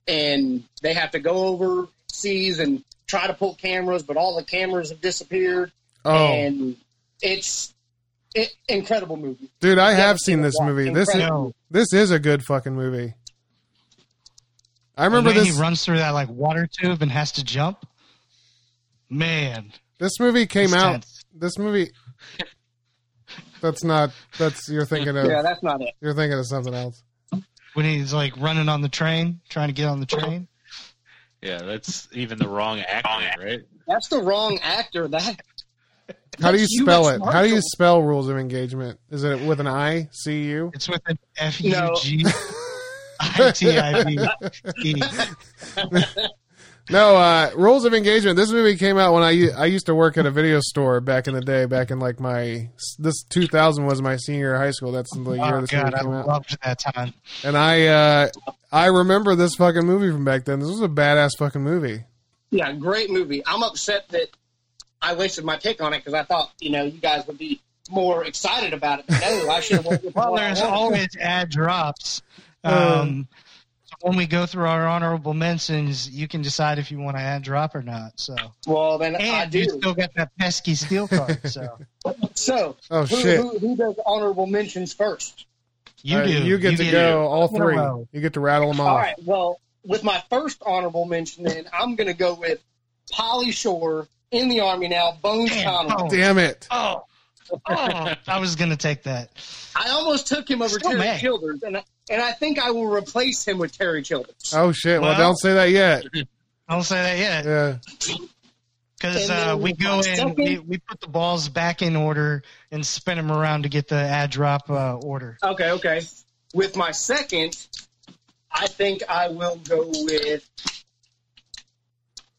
E: and they have to go overseas and try to pull cameras but all the cameras have disappeared
D: Oh,
E: and it's it, incredible movie.
D: dude, I
E: Yeah,
D: have seen this
E: yeah,
D: movie. This is
E: incredible.
D: this is a good fucking movie. I remember
C: when
D: this
C: he runs through that like water tube and has to jump. Man,
D: this movie came
C: It's
D: out.
C: tense.
D: This movie. That's not. That's you're thinking of.
E: Yeah, that's not it.
D: You're thinking of something else.
C: when he's like running on the train, trying to get on the train.
F: Yeah, that's even the wrong actor, right?
E: That's the wrong actor. That
D: How do you
E: That's U.S.
D: spell it? How do you
E: Marshals.
D: spell rules of engagement? Is it with an I? C U?
C: It's with an F U
E: No.
C: G I T I V E.
D: No, uh, rules of engagement. This movie came out when I u- I used to work at a video store back in the day. Back in like my this 2000 was my senior year of high school. That's the year
C: Oh
D: this
C: god,
D: movie
C: I
D: came out.
C: loved that time.
D: and I uh, I remember this fucking movie from back then. This was a badass fucking movie.
E: yeah, great movie. I'm upset that I wasted my pick on it because I thought you know you guys would be more excited about it. But no, I should have went with the
C: Well,
E: one I
C: there's
E: wanted.
C: always ad drops.
D: uh,
C: Um, so when we go through our honorable mentions, you can decide if you want to ad drop or not. So,
E: Well, then I
C: and
E: do.
C: you still got that pesky steel card. So
E: So
D: Oh,
E: who,
D: shit.
E: Who, who does honorable mentions first?
C: you
D: Uh,
C: do.
D: You get to
C: do.
D: go all
C: in a
D: three.
C: row.
D: You get to rattle
C: Oh.
D: them off.
E: All right. Well, with my first honorable mention, then I'm going to go with Polly Shore in the army now. Bones
C: Damn,
E: Conway.
C: Bones.
D: Damn it!
C: Oh, oh, I was gonna take that.
E: I almost took him over
C: Still
E: Terry
C: mad.
E: Childers, and I, and I think I will replace him with Terry Childers.
D: Oh shit! Well,
C: Well-
D: don't say that yet.
C: I don't say that yet
D: Yeah.
C: because
E: And then
C: uh, we go
E: my
C: in,
E: second-
C: we, we put the balls back in order and spin them around to get the ad drop uh, order.
E: Okay, okay. With my second, I think I will go with.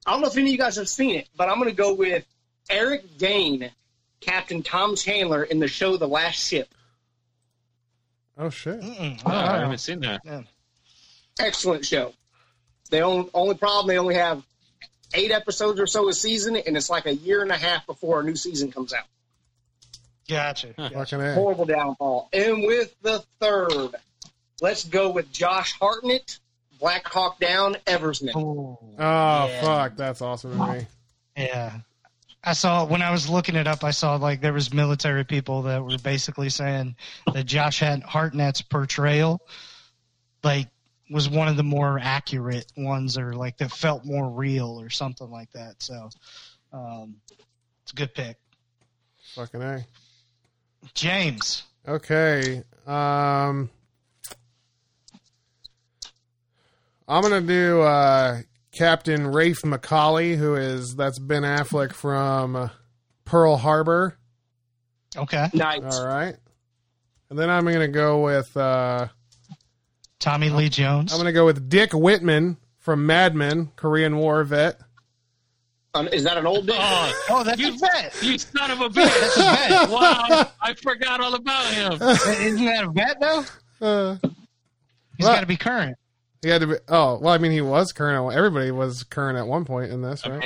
E: I don't know if any of you guys have seen it, but I'm going to go with Eric Dane, Captain Tom Chandler in the show The Last Ship.
D: Oh shit!
C: Mm-mm.
F: Oh, I
C: I don't know.
F: haven't seen that.
E: Excellent show. They only, only problem they only have eight episodes or so a season, and it's like a year and a half before a new season comes out.
C: Gotcha. gotcha.
D: Fucking A.
E: horrible downfall. And with the third, let's go with Josh Hartnett, Black Hawk Down, Eversman.
C: Ooh.
D: Oh fuck! That's awesome to me.
C: Yeah. I saw when I was looking it up, I saw like there was military people that were basically saying that Josh had Hartnett's portrayal like was one of the more accurate ones or like that felt more real or something like that. So um, it's a good pick.
D: Fucking A.
C: James.
D: Okay. Um I'm gonna do uh Captain Rafe McCauley, who is that's Ben Affleck from Pearl Harbor.
C: Okay.
E: Nice.
D: All right. And then I'm gonna go with uh
C: Tommy Lee Jones.
D: I'm gonna go with Dick Whitman from Mad Men, Korean War vet.
E: Um, is that an old dude?
F: Oh,
C: oh, that's a vet.
F: you son of a bitch!
C: That's a vet.
F: Wow, I forgot all about him.
C: Isn't that a vet though?
D: Uh,
C: He's
D: What?
C: got to be current.
D: he had to be oh well I mean he was current at, everybody was current at one point in this, right?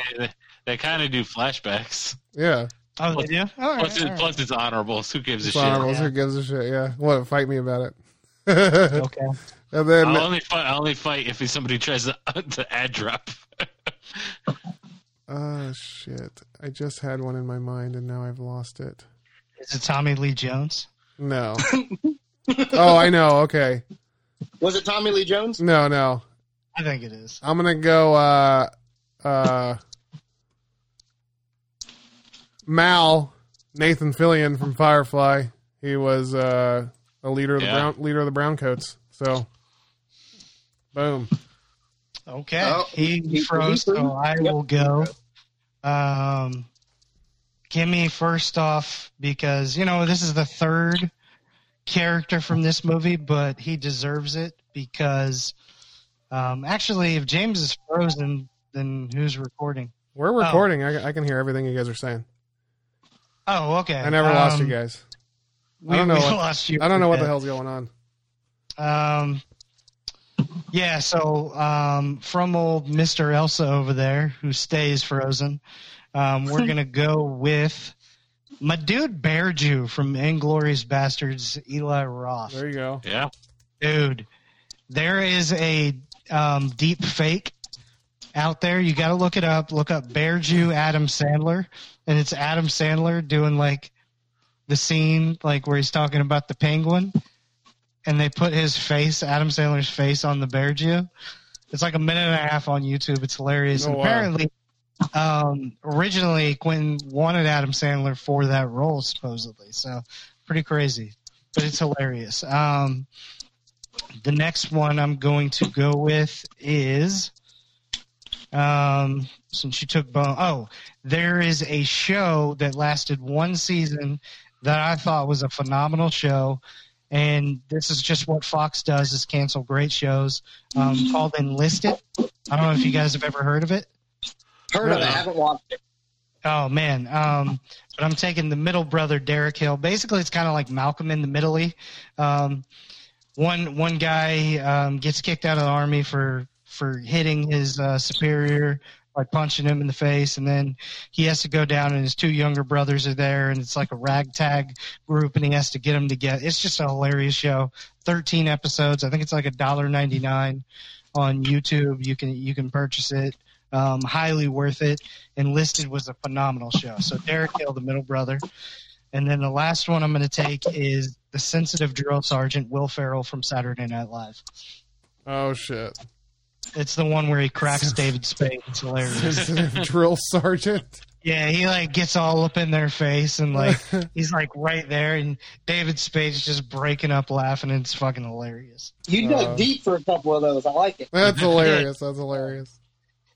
F: They, kind of do flashbacks.
D: Yeah.
C: Oh, they do. All right.
F: Plus, it,
C: all right.
F: plus it's honorable. So who gives a
D: It's honorable.
F: shit?
D: Who gives a shit? Yeah. What fight me about it.
C: Okay.
D: and then
F: I'll only fight. I'll only fight if somebody tries to, to ad drop.
D: Oh shit! I just had one in my mind and now I've lost it.
C: Is it Tommy Lee Jones?
D: No. oh, I know. Okay.
E: Was it Tommy Lee Jones?
D: No, no.
C: I think it is.
D: I'm gonna go. Uh, uh, Mal Nathan Fillion from Firefly. He was uh, a leader of the
F: Yeah.
D: brown leader of the Browncoats. So, boom.
C: Okay.
E: Oh,
C: he,
E: he-
C: froze,
E: he froze.
C: so I
E: Yep.
C: will go. Um, Kimmy, first off, because, you know, this is the third character from this movie, but he deserves it because um, actually, if James is frozen, then who's recording?
D: We're recording. I, I can hear everything you guys are saying.
C: Oh, okay.
D: I never lost you
C: Um,
D: guys.
C: We,
D: I don't know.
C: we
D: what,
C: lost you.
D: I don't know what the
C: Yeah.
D: hell's going on.
C: Um, yeah, so um, from old Mr. Elsa over there, who stays frozen, um, we're going to go with my dude Bear Jew from Inglorious Bastards, Eli Roth.
D: There you go.
F: Yeah.
C: Dude, there is a um, deep fake out there. You got to look it up. Look up Bear Jew Adam Sandler, and it's Adam Sandler doing like the scene like where he's talking about the penguin, and they put his face, Adam Sandler's face, on the Bear Jew. It's like a minute and a half on YouTube. It's hilarious.
D: Oh,
C: and
D: wow.
C: apparently, um, originally Quentin wanted Adam Sandler for that role, supposedly. So pretty crazy, but it's hilarious. Um, the next one I'm going to go with is, um, since you took Bone. Oh, there is a show that lasted one season that I thought was a phenomenal show. And this is just what Fox does is cancel great shows um, called Enlisted. I don't know if you guys have ever heard of it.
E: Heard of it?
F: Uh-uh.
E: Haven't watched it.
C: Oh man, um, but I'm taking the middle brother Derek Hill. Basically, it's kind of like Malcolm in the Middle. Um, one one guy um, gets kicked out of the army for for hitting his uh, superior, like punching him in the face, and then he has to go down, and his two younger brothers are there, and it's like a ragtag group, and he has to get them together. It's just a hilarious show. Thirteen episodes. I think it's like a dollar ninety nine on YouTube. You can you can purchase it. Um, highly worth it. Enlisted was a phenomenal show. So Derek Hill, the middle brother, and then the last one I'm going to take is the sensitive drill sergeant Will Ferrell from Saturday Night Live.
D: Oh shit!
C: It's the one where he cracks David Spade. It's hilarious.
D: Drill sergeant.
C: Yeah, he like gets all up in their face and like he's like right there, and David Spade's just breaking up laughing. And it's fucking hilarious.
E: You dug
C: Uh,
E: deep for a couple of those. I like it.
D: That's hilarious. That's hilarious.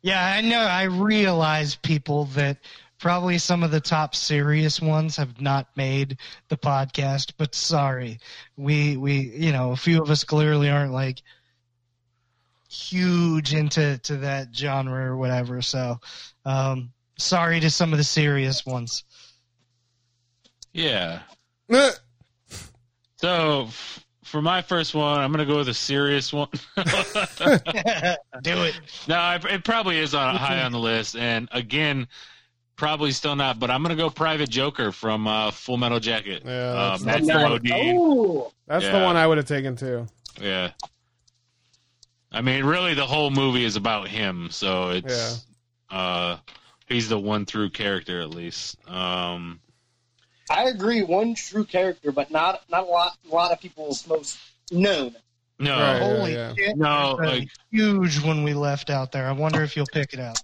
C: Yeah, I know. I realize people that probably some of the top serious ones have not made the podcast, but sorry, we we you know a few of us clearly aren't like huge into to that genre or whatever. So um, sorry to some of the serious ones.
F: Yeah.
D: Eh,
F: So f- for my first one, I'm gonna go with a serious one.
C: Do it.
F: No, I- it probably is on high on the list, and again, probably still not. But I'm gonna go Private Joker from uh, Full Metal Jacket.
D: Yeah,
F: uh,
D: that's-
F: Matt
D: that's the one.
F: Modine.
E: Oh,
D: That's the
F: Yeah.
D: one I would have taken too.
F: Yeah. I mean, really, the whole movie is about him, so it's uh, he's the one through character at least. Um,
E: I agree. One true character, but not not a lot. A lot of people's most known.
F: no,
D: Right. Yeah,
C: Holy
D: yeah.
C: shit!
F: no,
C: That was
F: like
C: huge when we left out there. I wonder if you'll pick it up.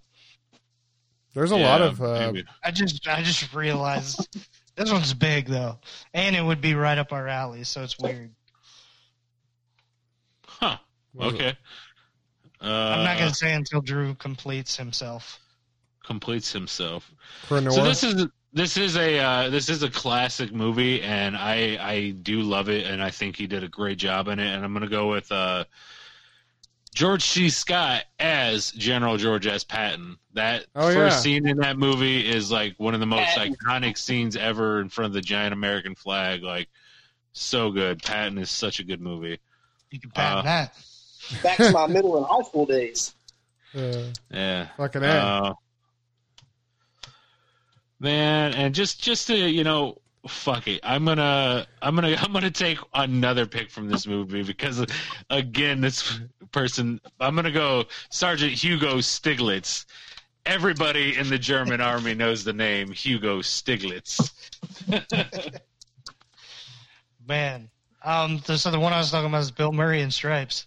D: There's a
F: yeah,
D: lot of uh,
F: maybe.
C: I just I just realized this one's big though, and it would be right up our alley, so it's weird.
F: huh?
D: was it?
F: Okay. Uh,
C: I'm not gonna say until Drew completes himself.
F: Uh, completes himself.
D: Preneur.
F: So this is this is a uh, this is a classic movie, and I I do love it, and I think he did a great job in it. And I'm gonna go with uh, George C. Scott as General George S. Patton. That
D: Oh,
F: first
D: yeah.
F: scene in that movie is like one of the most
E: Patton.
F: iconic scenes ever in front of the giant American flag. Like so good. Patton is such a good movie.
C: You can patent
F: Uh,
C: that.
E: Back to my middle and high school days.
D: uh,
F: Yeah.
D: fucking A.
F: Uh, man, and just just to you know, fuck it. I'm gonna I'm gonna I'm gonna take another pick from this movie because again, this person I'm gonna go Sergeant Hugo Stiglitz. Everybody in the German army knows the name Hugo Stiglitz.
C: Man. Um th- so the one I was talking about is Bill Murray in Stripes.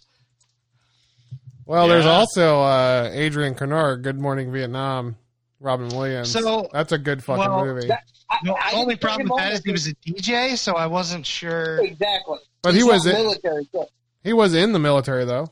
D: well, there's
F: yeah.
D: also uh, Adrian Kennard, Good Morning Vietnam, Robin Williams.
C: So-
D: that's a good fucking
C: well,
D: movie.
E: that- I,
C: The
E: I
C: only
E: didn't
C: problem
E: think
C: with
E: about
C: that is he was a DJ, so I wasn't sure
E: exactly.
D: But he
E: He's
D: was
E: not
D: in-
E: military. so-
D: he was in the military though.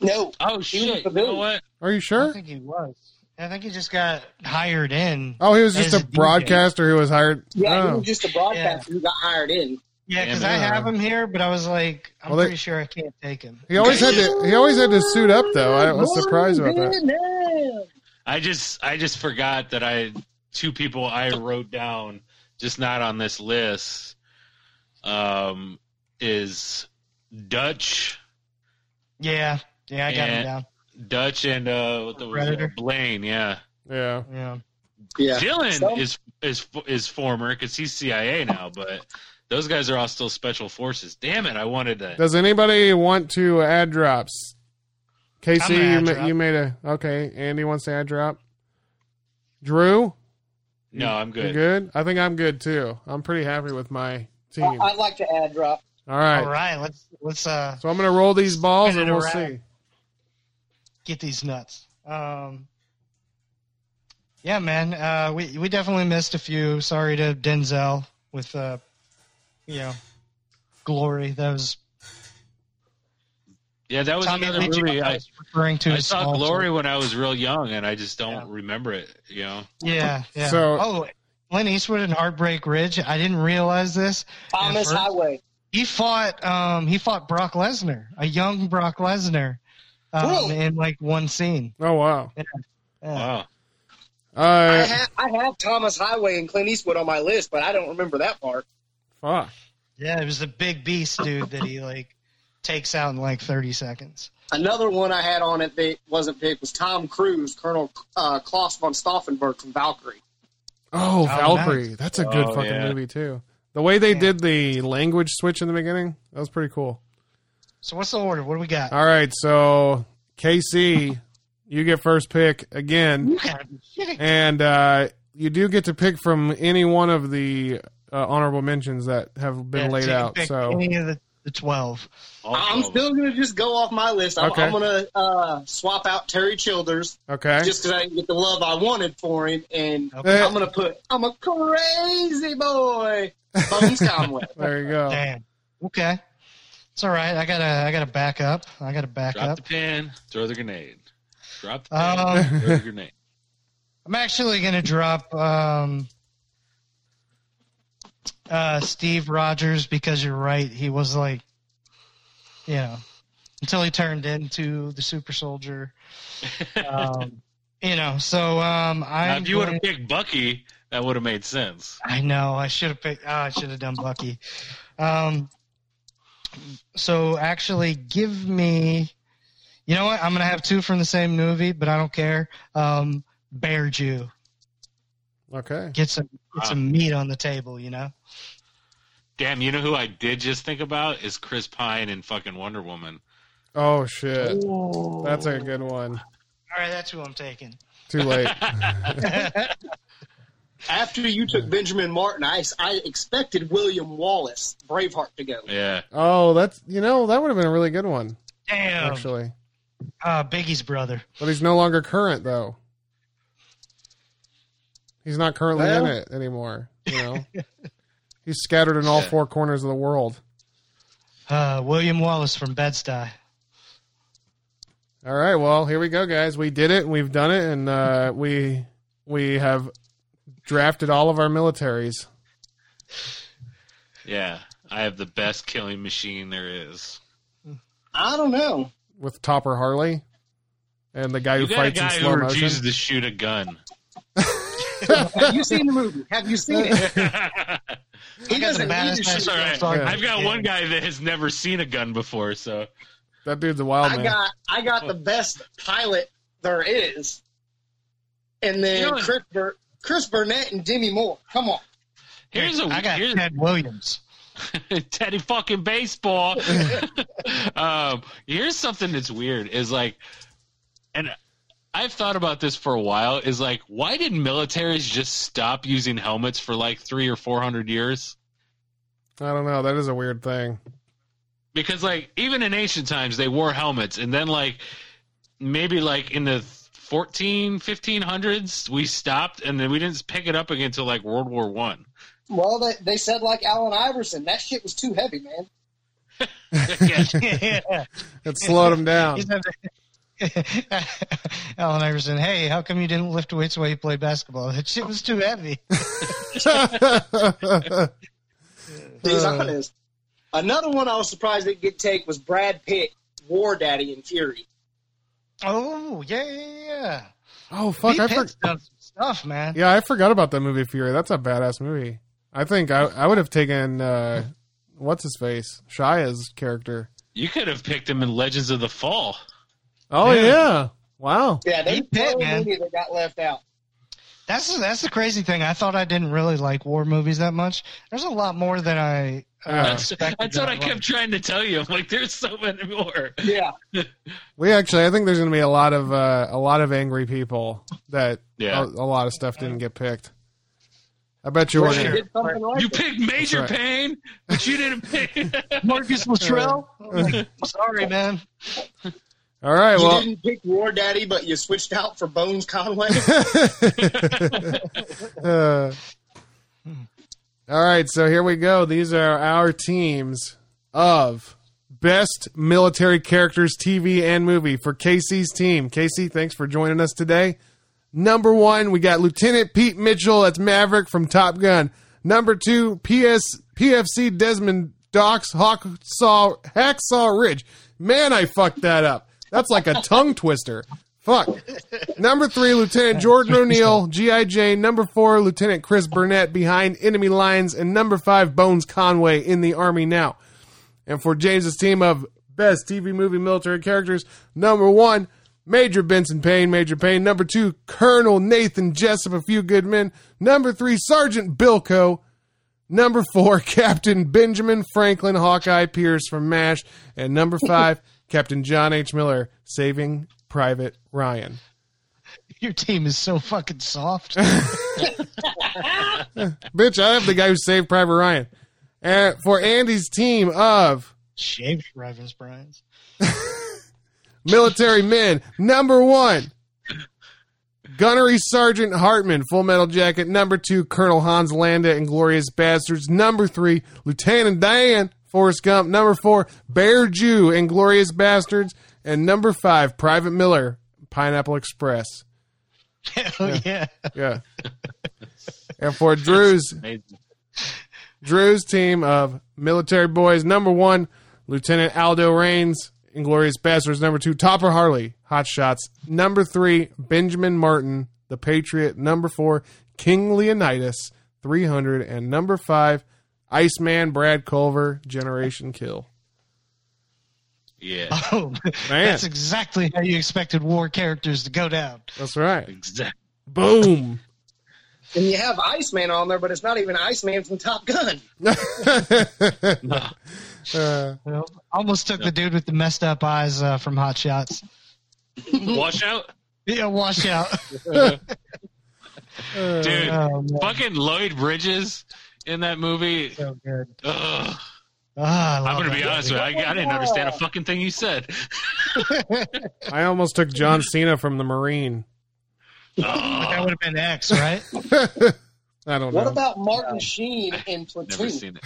E: No,
F: Oh
E: was
F: shit!
E: the
F: You know
E: villain.
F: what?
D: Are you
C: I
D: sure?
C: don't think he was. I think he just got hired in.
D: Oh, he was just
C: As
D: a
C: a DJ.
D: broadcaster who was hired.
E: yeah, he
D: Oh.
E: was just a broadcaster who got hired in.
C: Yeah, because
F: Damn
C: I
F: it.
C: have him here, but I was like, I'm
D: Well, they-
C: pretty sure I can't take him.
D: He always had to. He always had to suit up, though. I was surprised about that.
E: that.
F: I just I just forgot that I two people I wrote down just not on this list, um, is Dutch,
C: Yeah, yeah, I got
F: Yeah.
C: him down.
F: Dutch, and uh, what the was
C: Predator.
F: it? Blaine. Yeah,
D: Yeah.
C: Yeah,
E: Yeah.
F: Dylan
E: Some-
F: is is is former because he's CIA now, but those guys are all still special forces. Damn it! I wanted to.
D: Does anybody want to add drops? Casey,
C: I'm gonna
D: you,
C: add
D: ma-
C: drop.
D: you made a okay. Andy wants to add drop. Drew,
F: No, I'm
D: you
F: good.
D: good? I think I'm good too. I'm pretty happy with my team.
E: I- I'd like to add drop.
D: All right.
C: All right, let's let's uh
D: So I'm gonna roll these balls
C: Spin
D: and
C: it
D: we'll
C: around.
D: see.
C: get these nuts. Um, yeah, man, uh, we we definitely missed a few. Sorry to Denzel with uh, you know, glory. That was
F: Yeah, that was
C: Tommy
F: another
C: Lee Jones
F: movie. I,
C: referring to.
F: I
C: as
F: saw
C: small
F: Glory
C: children.
F: when I was real young, and I just don't
C: Yeah.
F: remember it. You know,
C: Yeah, yeah.
D: So-
C: oh, Clint Eastwood in Heartbreak Ridge. I didn't realize this.
E: Thomas
C: first-
E: Highway.
C: He fought um he fought Brock Lesnar, a young Brock Lesnar, um,
E: Really?
C: in like one scene.
D: Oh wow.
C: Yeah.
F: wow.
E: I
D: Uh,
E: have, I have Thomas Highway and Clint Eastwood on my list, but I don't remember that part.
D: fuck.
C: Yeah, it was the big beast dude that he like takes out in like thirty seconds.
E: Another one I had on it that wasn't picked was Tom Cruise, Colonel uh, Klaus von Stauffenberg from Valkyrie.
D: Oh, Valkyrie.
C: nice.
D: That's a good
F: Oh,
D: fucking
F: yeah.
D: movie too. The way they did the language switch in the beginning, that was pretty cool.
C: So what's the order? What do we got?
D: All right, so KC, you get first pick again,
C: You gotta be kidding.
D: and uh, you do get to pick from any one of the uh, honorable mentions that have
C: Yeah,
D: been laid
C: take a
D: out.
C: pick,
D: So
C: any of the, the twelve.
E: I'm still going to just go off my list. I'm,
D: Okay.
E: I'm going to uh, swap out Terry Childers
D: okay, Eh,
E: just because I didn't get the love I wanted for him, and
C: Okay.
E: I'm going to put I'm a crazy boy, Bones Conway.
D: there you go.
C: Damn. Okay. It's all right. I gotta I gotta back up. I gotta back
F: Drop
C: up.
F: the pin. Throw the grenade. Drop the pin.
C: Um,
F: throw the grenade.
C: I'm actually gonna drop um, uh, Steve Rogers because you're right. He was like, you know, until he turned into the super soldier. Um, you know, so um,
F: Now,
C: I.
F: if you would have picked Bucky, that would have made sense.
C: I know. I should have picked. ah, I should have done Bucky. Um, so actually, give me. You know what? I'm gonna have two from the same movie, but I don't care. Um, Bear Jew.
D: Okay,
C: Get some get
F: Ah.
C: some meat on the table. You know.
F: Damn, you know who I did just think about is Chris Pine and fucking Wonder Woman.
D: oh shit, that's a good one.
C: All right, that's who I'm taking.
D: Too late.
E: After you took Benjamin Martin, I, I expected William Wallace, Braveheart, to go.
F: Yeah,
D: Oh, that's you know that would have been a really good one
F: Um,
C: Damn,
D: actually,
C: uh, Biggie's brother.
D: but he's no longer current though. He's not currently in
E: Well-
D: it anymore. You know, he's scattered in all
F: Shit.
D: four corners of the world.
C: Uh, William Wallace from Bed Stuy.
D: All right, well, here we go, guys. We did it, and we've done it, and uh, we we have drafted all of our militaries.
F: yeah. I have the best killing machine there is.
E: I don't know.
D: with Topper Harley and the guy
F: You
D: who
F: got a
D: fights in
F: guy who
D: slow
F: refuses
D: motion.
F: to shoot a gun.
E: Have you seen the movie? Have you seen it? He
C: got the
E: doesn't need to
C: baddest
E: shoot.
F: That's all right.
C: Sorry.
F: I've got
C: Yeah.
F: one guy that has never seen a gun before, so
D: That dude's a wild
E: I
D: man.
E: got I got the best pilot there is, and then
F: Really?
E: Chris, Bur- Chris Burnett and Demi Moore. Come on,
F: here's a
C: I got
F: here's,
C: Ted Williams.
F: Teddy fucking baseball. um, here's something that's weird is like, and I've thought about this for a while. Is like, why did militaries just stop using helmets for like three or four hundred years?
D: I don't know. That is a weird thing.
F: Because like even in ancient times they wore helmets, and then like maybe like in the 14 1500s we stopped and then we didn't pick it up again until like world war one
E: well they, they said like Allen Iverson, that shit was too heavy, man.
F: yeah.
C: yeah.
D: It slowed him down.
C: He's never- Alan Iverson, hey, how come you didn't lift weights while you played basketball? That shit was too heavy.
E: He's
D: Uh.
E: honest. Another one I was surprised it get take was Brad Pitt, War Daddy and Fury.
C: Oh, yeah, yeah, yeah.
D: oh fuck!
C: Pete
D: I
C: Pitt's
D: for-
C: done some stuff, man.
D: yeah, I forgot about that movie Fury. That's a badass movie. I think I, I would have taken uh, what's his face Shia's character.
F: You could have picked him in Legends of the Fall.
D: Oh
C: Yeah.
D: yeah, wow.
E: Yeah,
C: He
E: they
C: pit,
E: so
C: man.
E: many that got left out.
C: That's the- that's the crazy thing. I thought I didn't really like war movies that much. There's a lot more than I.
D: Yeah.
C: Uh,
F: That's,
C: expected
F: that's
C: that
F: what I
C: I
F: kept
C: liked.
F: trying to tell you. I'm like, there's so many more.
E: Yeah,
D: We actually I think there's gonna be a lot of uh, a lot of angry people that
F: Yeah.
D: a, a lot of stuff didn't get picked. I bet you were.
E: they
D: gonna-
E: did something like
F: You
E: that.
F: picked Major
D: right.
F: Pain, but you didn't pick. Uh,
C: Marcus Luttrell. I'm like, sorry, man.
D: All right,
E: You
D: well,
E: didn't pick War Daddy, but you switched out for Bones Conway.
D: Uh, all right, so here we go. These are our teams of best military characters, TV and movie for Casey's team. Casey, thanks for joining us today. Number one, we got Lieutenant Pete Mitchell. That's Maverick from Top Gun. Number two, PS PFC Desmond Docs Hawksaw Hacksaw Ridge. Man, I fucked that up. That's like a tongue twister. Fuck. Number three, Lieutenant Jordan O'Neill, G.I. Jane. Number four, Lieutenant Chris Burnett behind enemy lines. And number five, Bones Conway in the Army now. And for James's team of best TV movie military characters, number one, Major Benson Payne, Major Payne. Number two, Colonel Nathan Jessup, a few good men. Number three, Sergeant Bilko. Number four, Captain Benjamin Franklin Hawkeye Pierce from MASH. And number five, Captain John H. Miller, Saving Private Ryan.
C: Your team is so fucking soft.
D: Bitch, I have the guy who saved Private Ryan. Uh, for Andy's team of
C: James Rivens Bryans.
D: military men, number one, Gunnery Sergeant Hartman, Full Metal Jacket. Number two, Colonel Hans Landa and Glorious Bastards. Number three, Lieutenant Dan, Forrest Gump. Number four, Bear Jew and Glorious Bastards. And number five, Private Miller, Pineapple Express.
C: Hell yeah.
D: Yeah. and for Drew's
F: Amazing.
D: Drew's team of military boys. Number one, Lieutenant Aldo Rains, Inglorious Bastards. Number two, Topper Harley, Hot Shots. Number three, Benjamin Martin, The Patriot. Number four, King Leonidas, 300. And number five, Iceman Brad Culver, Generation Kill.
F: yeah,
C: Oh, that's exactly how you expected war characters to go down.
D: That's right.
F: exactly.
D: Boom.
E: and you have Iceman on there, but it's not even Iceman from Top Gun.
D: Uh,
C: You know, almost took the dude with the messed up eyes uh, from Hot Shots.
F: Washout,
C: Yeah, wash out.
F: dude.
C: Oh, man.
F: Fucking Lloyd Bridges in that movie.
C: so good.
F: Ugh.
C: Ah, I love
F: I'm gonna
C: that
F: be honest with
C: movie.
F: you. I, I didn't understand a fucking thing you said.
D: I almost took John Cena from the Marine.
F: Oh,
C: That would have been X, right?
D: I don't
E: What
D: know.
E: about Martin Sheen in
F: Never
E: Platoon?
F: seen it.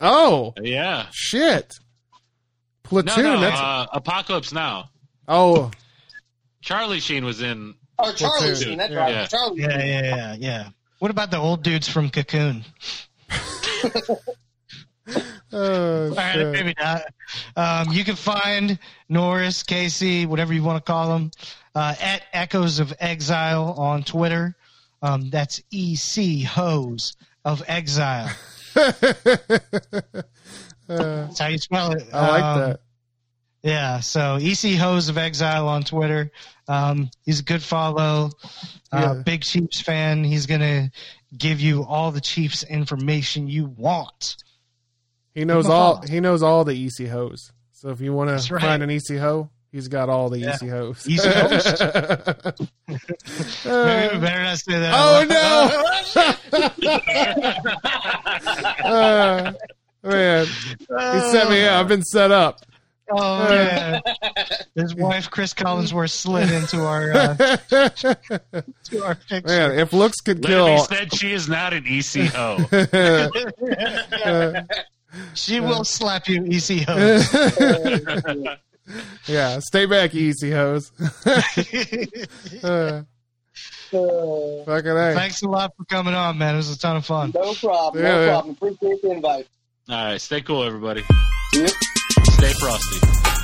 D: Oh,
F: Yeah.
D: shit.
F: No,
D: Platoon.
F: no.
D: that's
F: Uh, Apocalypse Now.
D: Oh,
F: Charlie Sheen was in.
E: Or Charlie
D: Platoon.
E: Sheen? That's
D: Yeah.
E: right,
F: Yeah.
E: Charlie.
C: Yeah, yeah, yeah, yeah. What about the old dudes from Cocoon?
D: oh
C: All right,
D: shit.
C: maybe not. Um, you can find Norris, Casey, whatever you want to call them, uh, at Echoes of Exile on Twitter. Um, that's EC Hose of Exile.
D: Uh,
C: That's how you spell it.
D: I like
C: Um,
D: that.
C: Yeah, so EC Hose of Exile on Twitter. Um, he's a good follow. Uh,
D: Yeah.
C: Big Chiefs fan. He's going to give you all the Chiefs information you want.
D: He knows all. He knows all the EC hoes. So if you want
C: That's
D: to
C: right.
D: find an EC hoe, he's got all the
C: Yeah.
D: EC hoes.
C: EC hoes? Maybe we
D: Uh,
C: better not say that.
D: oh no! Uh, man, he set me up. I've been set up.
C: Oh, yeah. His wife, Chris Collinsworth, slid into our, uh, to our picture.
D: Man, if looks could
F: Lady
D: kill,
F: said she is not an E ECO.
C: She will slap you, E EC Hose.
D: yeah, stay back, EC hoes. Uh,
E: Uh,
D: fucking A.
C: Thanks a lot for coming on, man. It was a ton of fun.
E: no problem.
D: Yeah,
E: No
D: yeah.
E: problem. Appreciate the invite.
F: All right, stay cool, everybody.
E: Yep.
F: Stay frosty.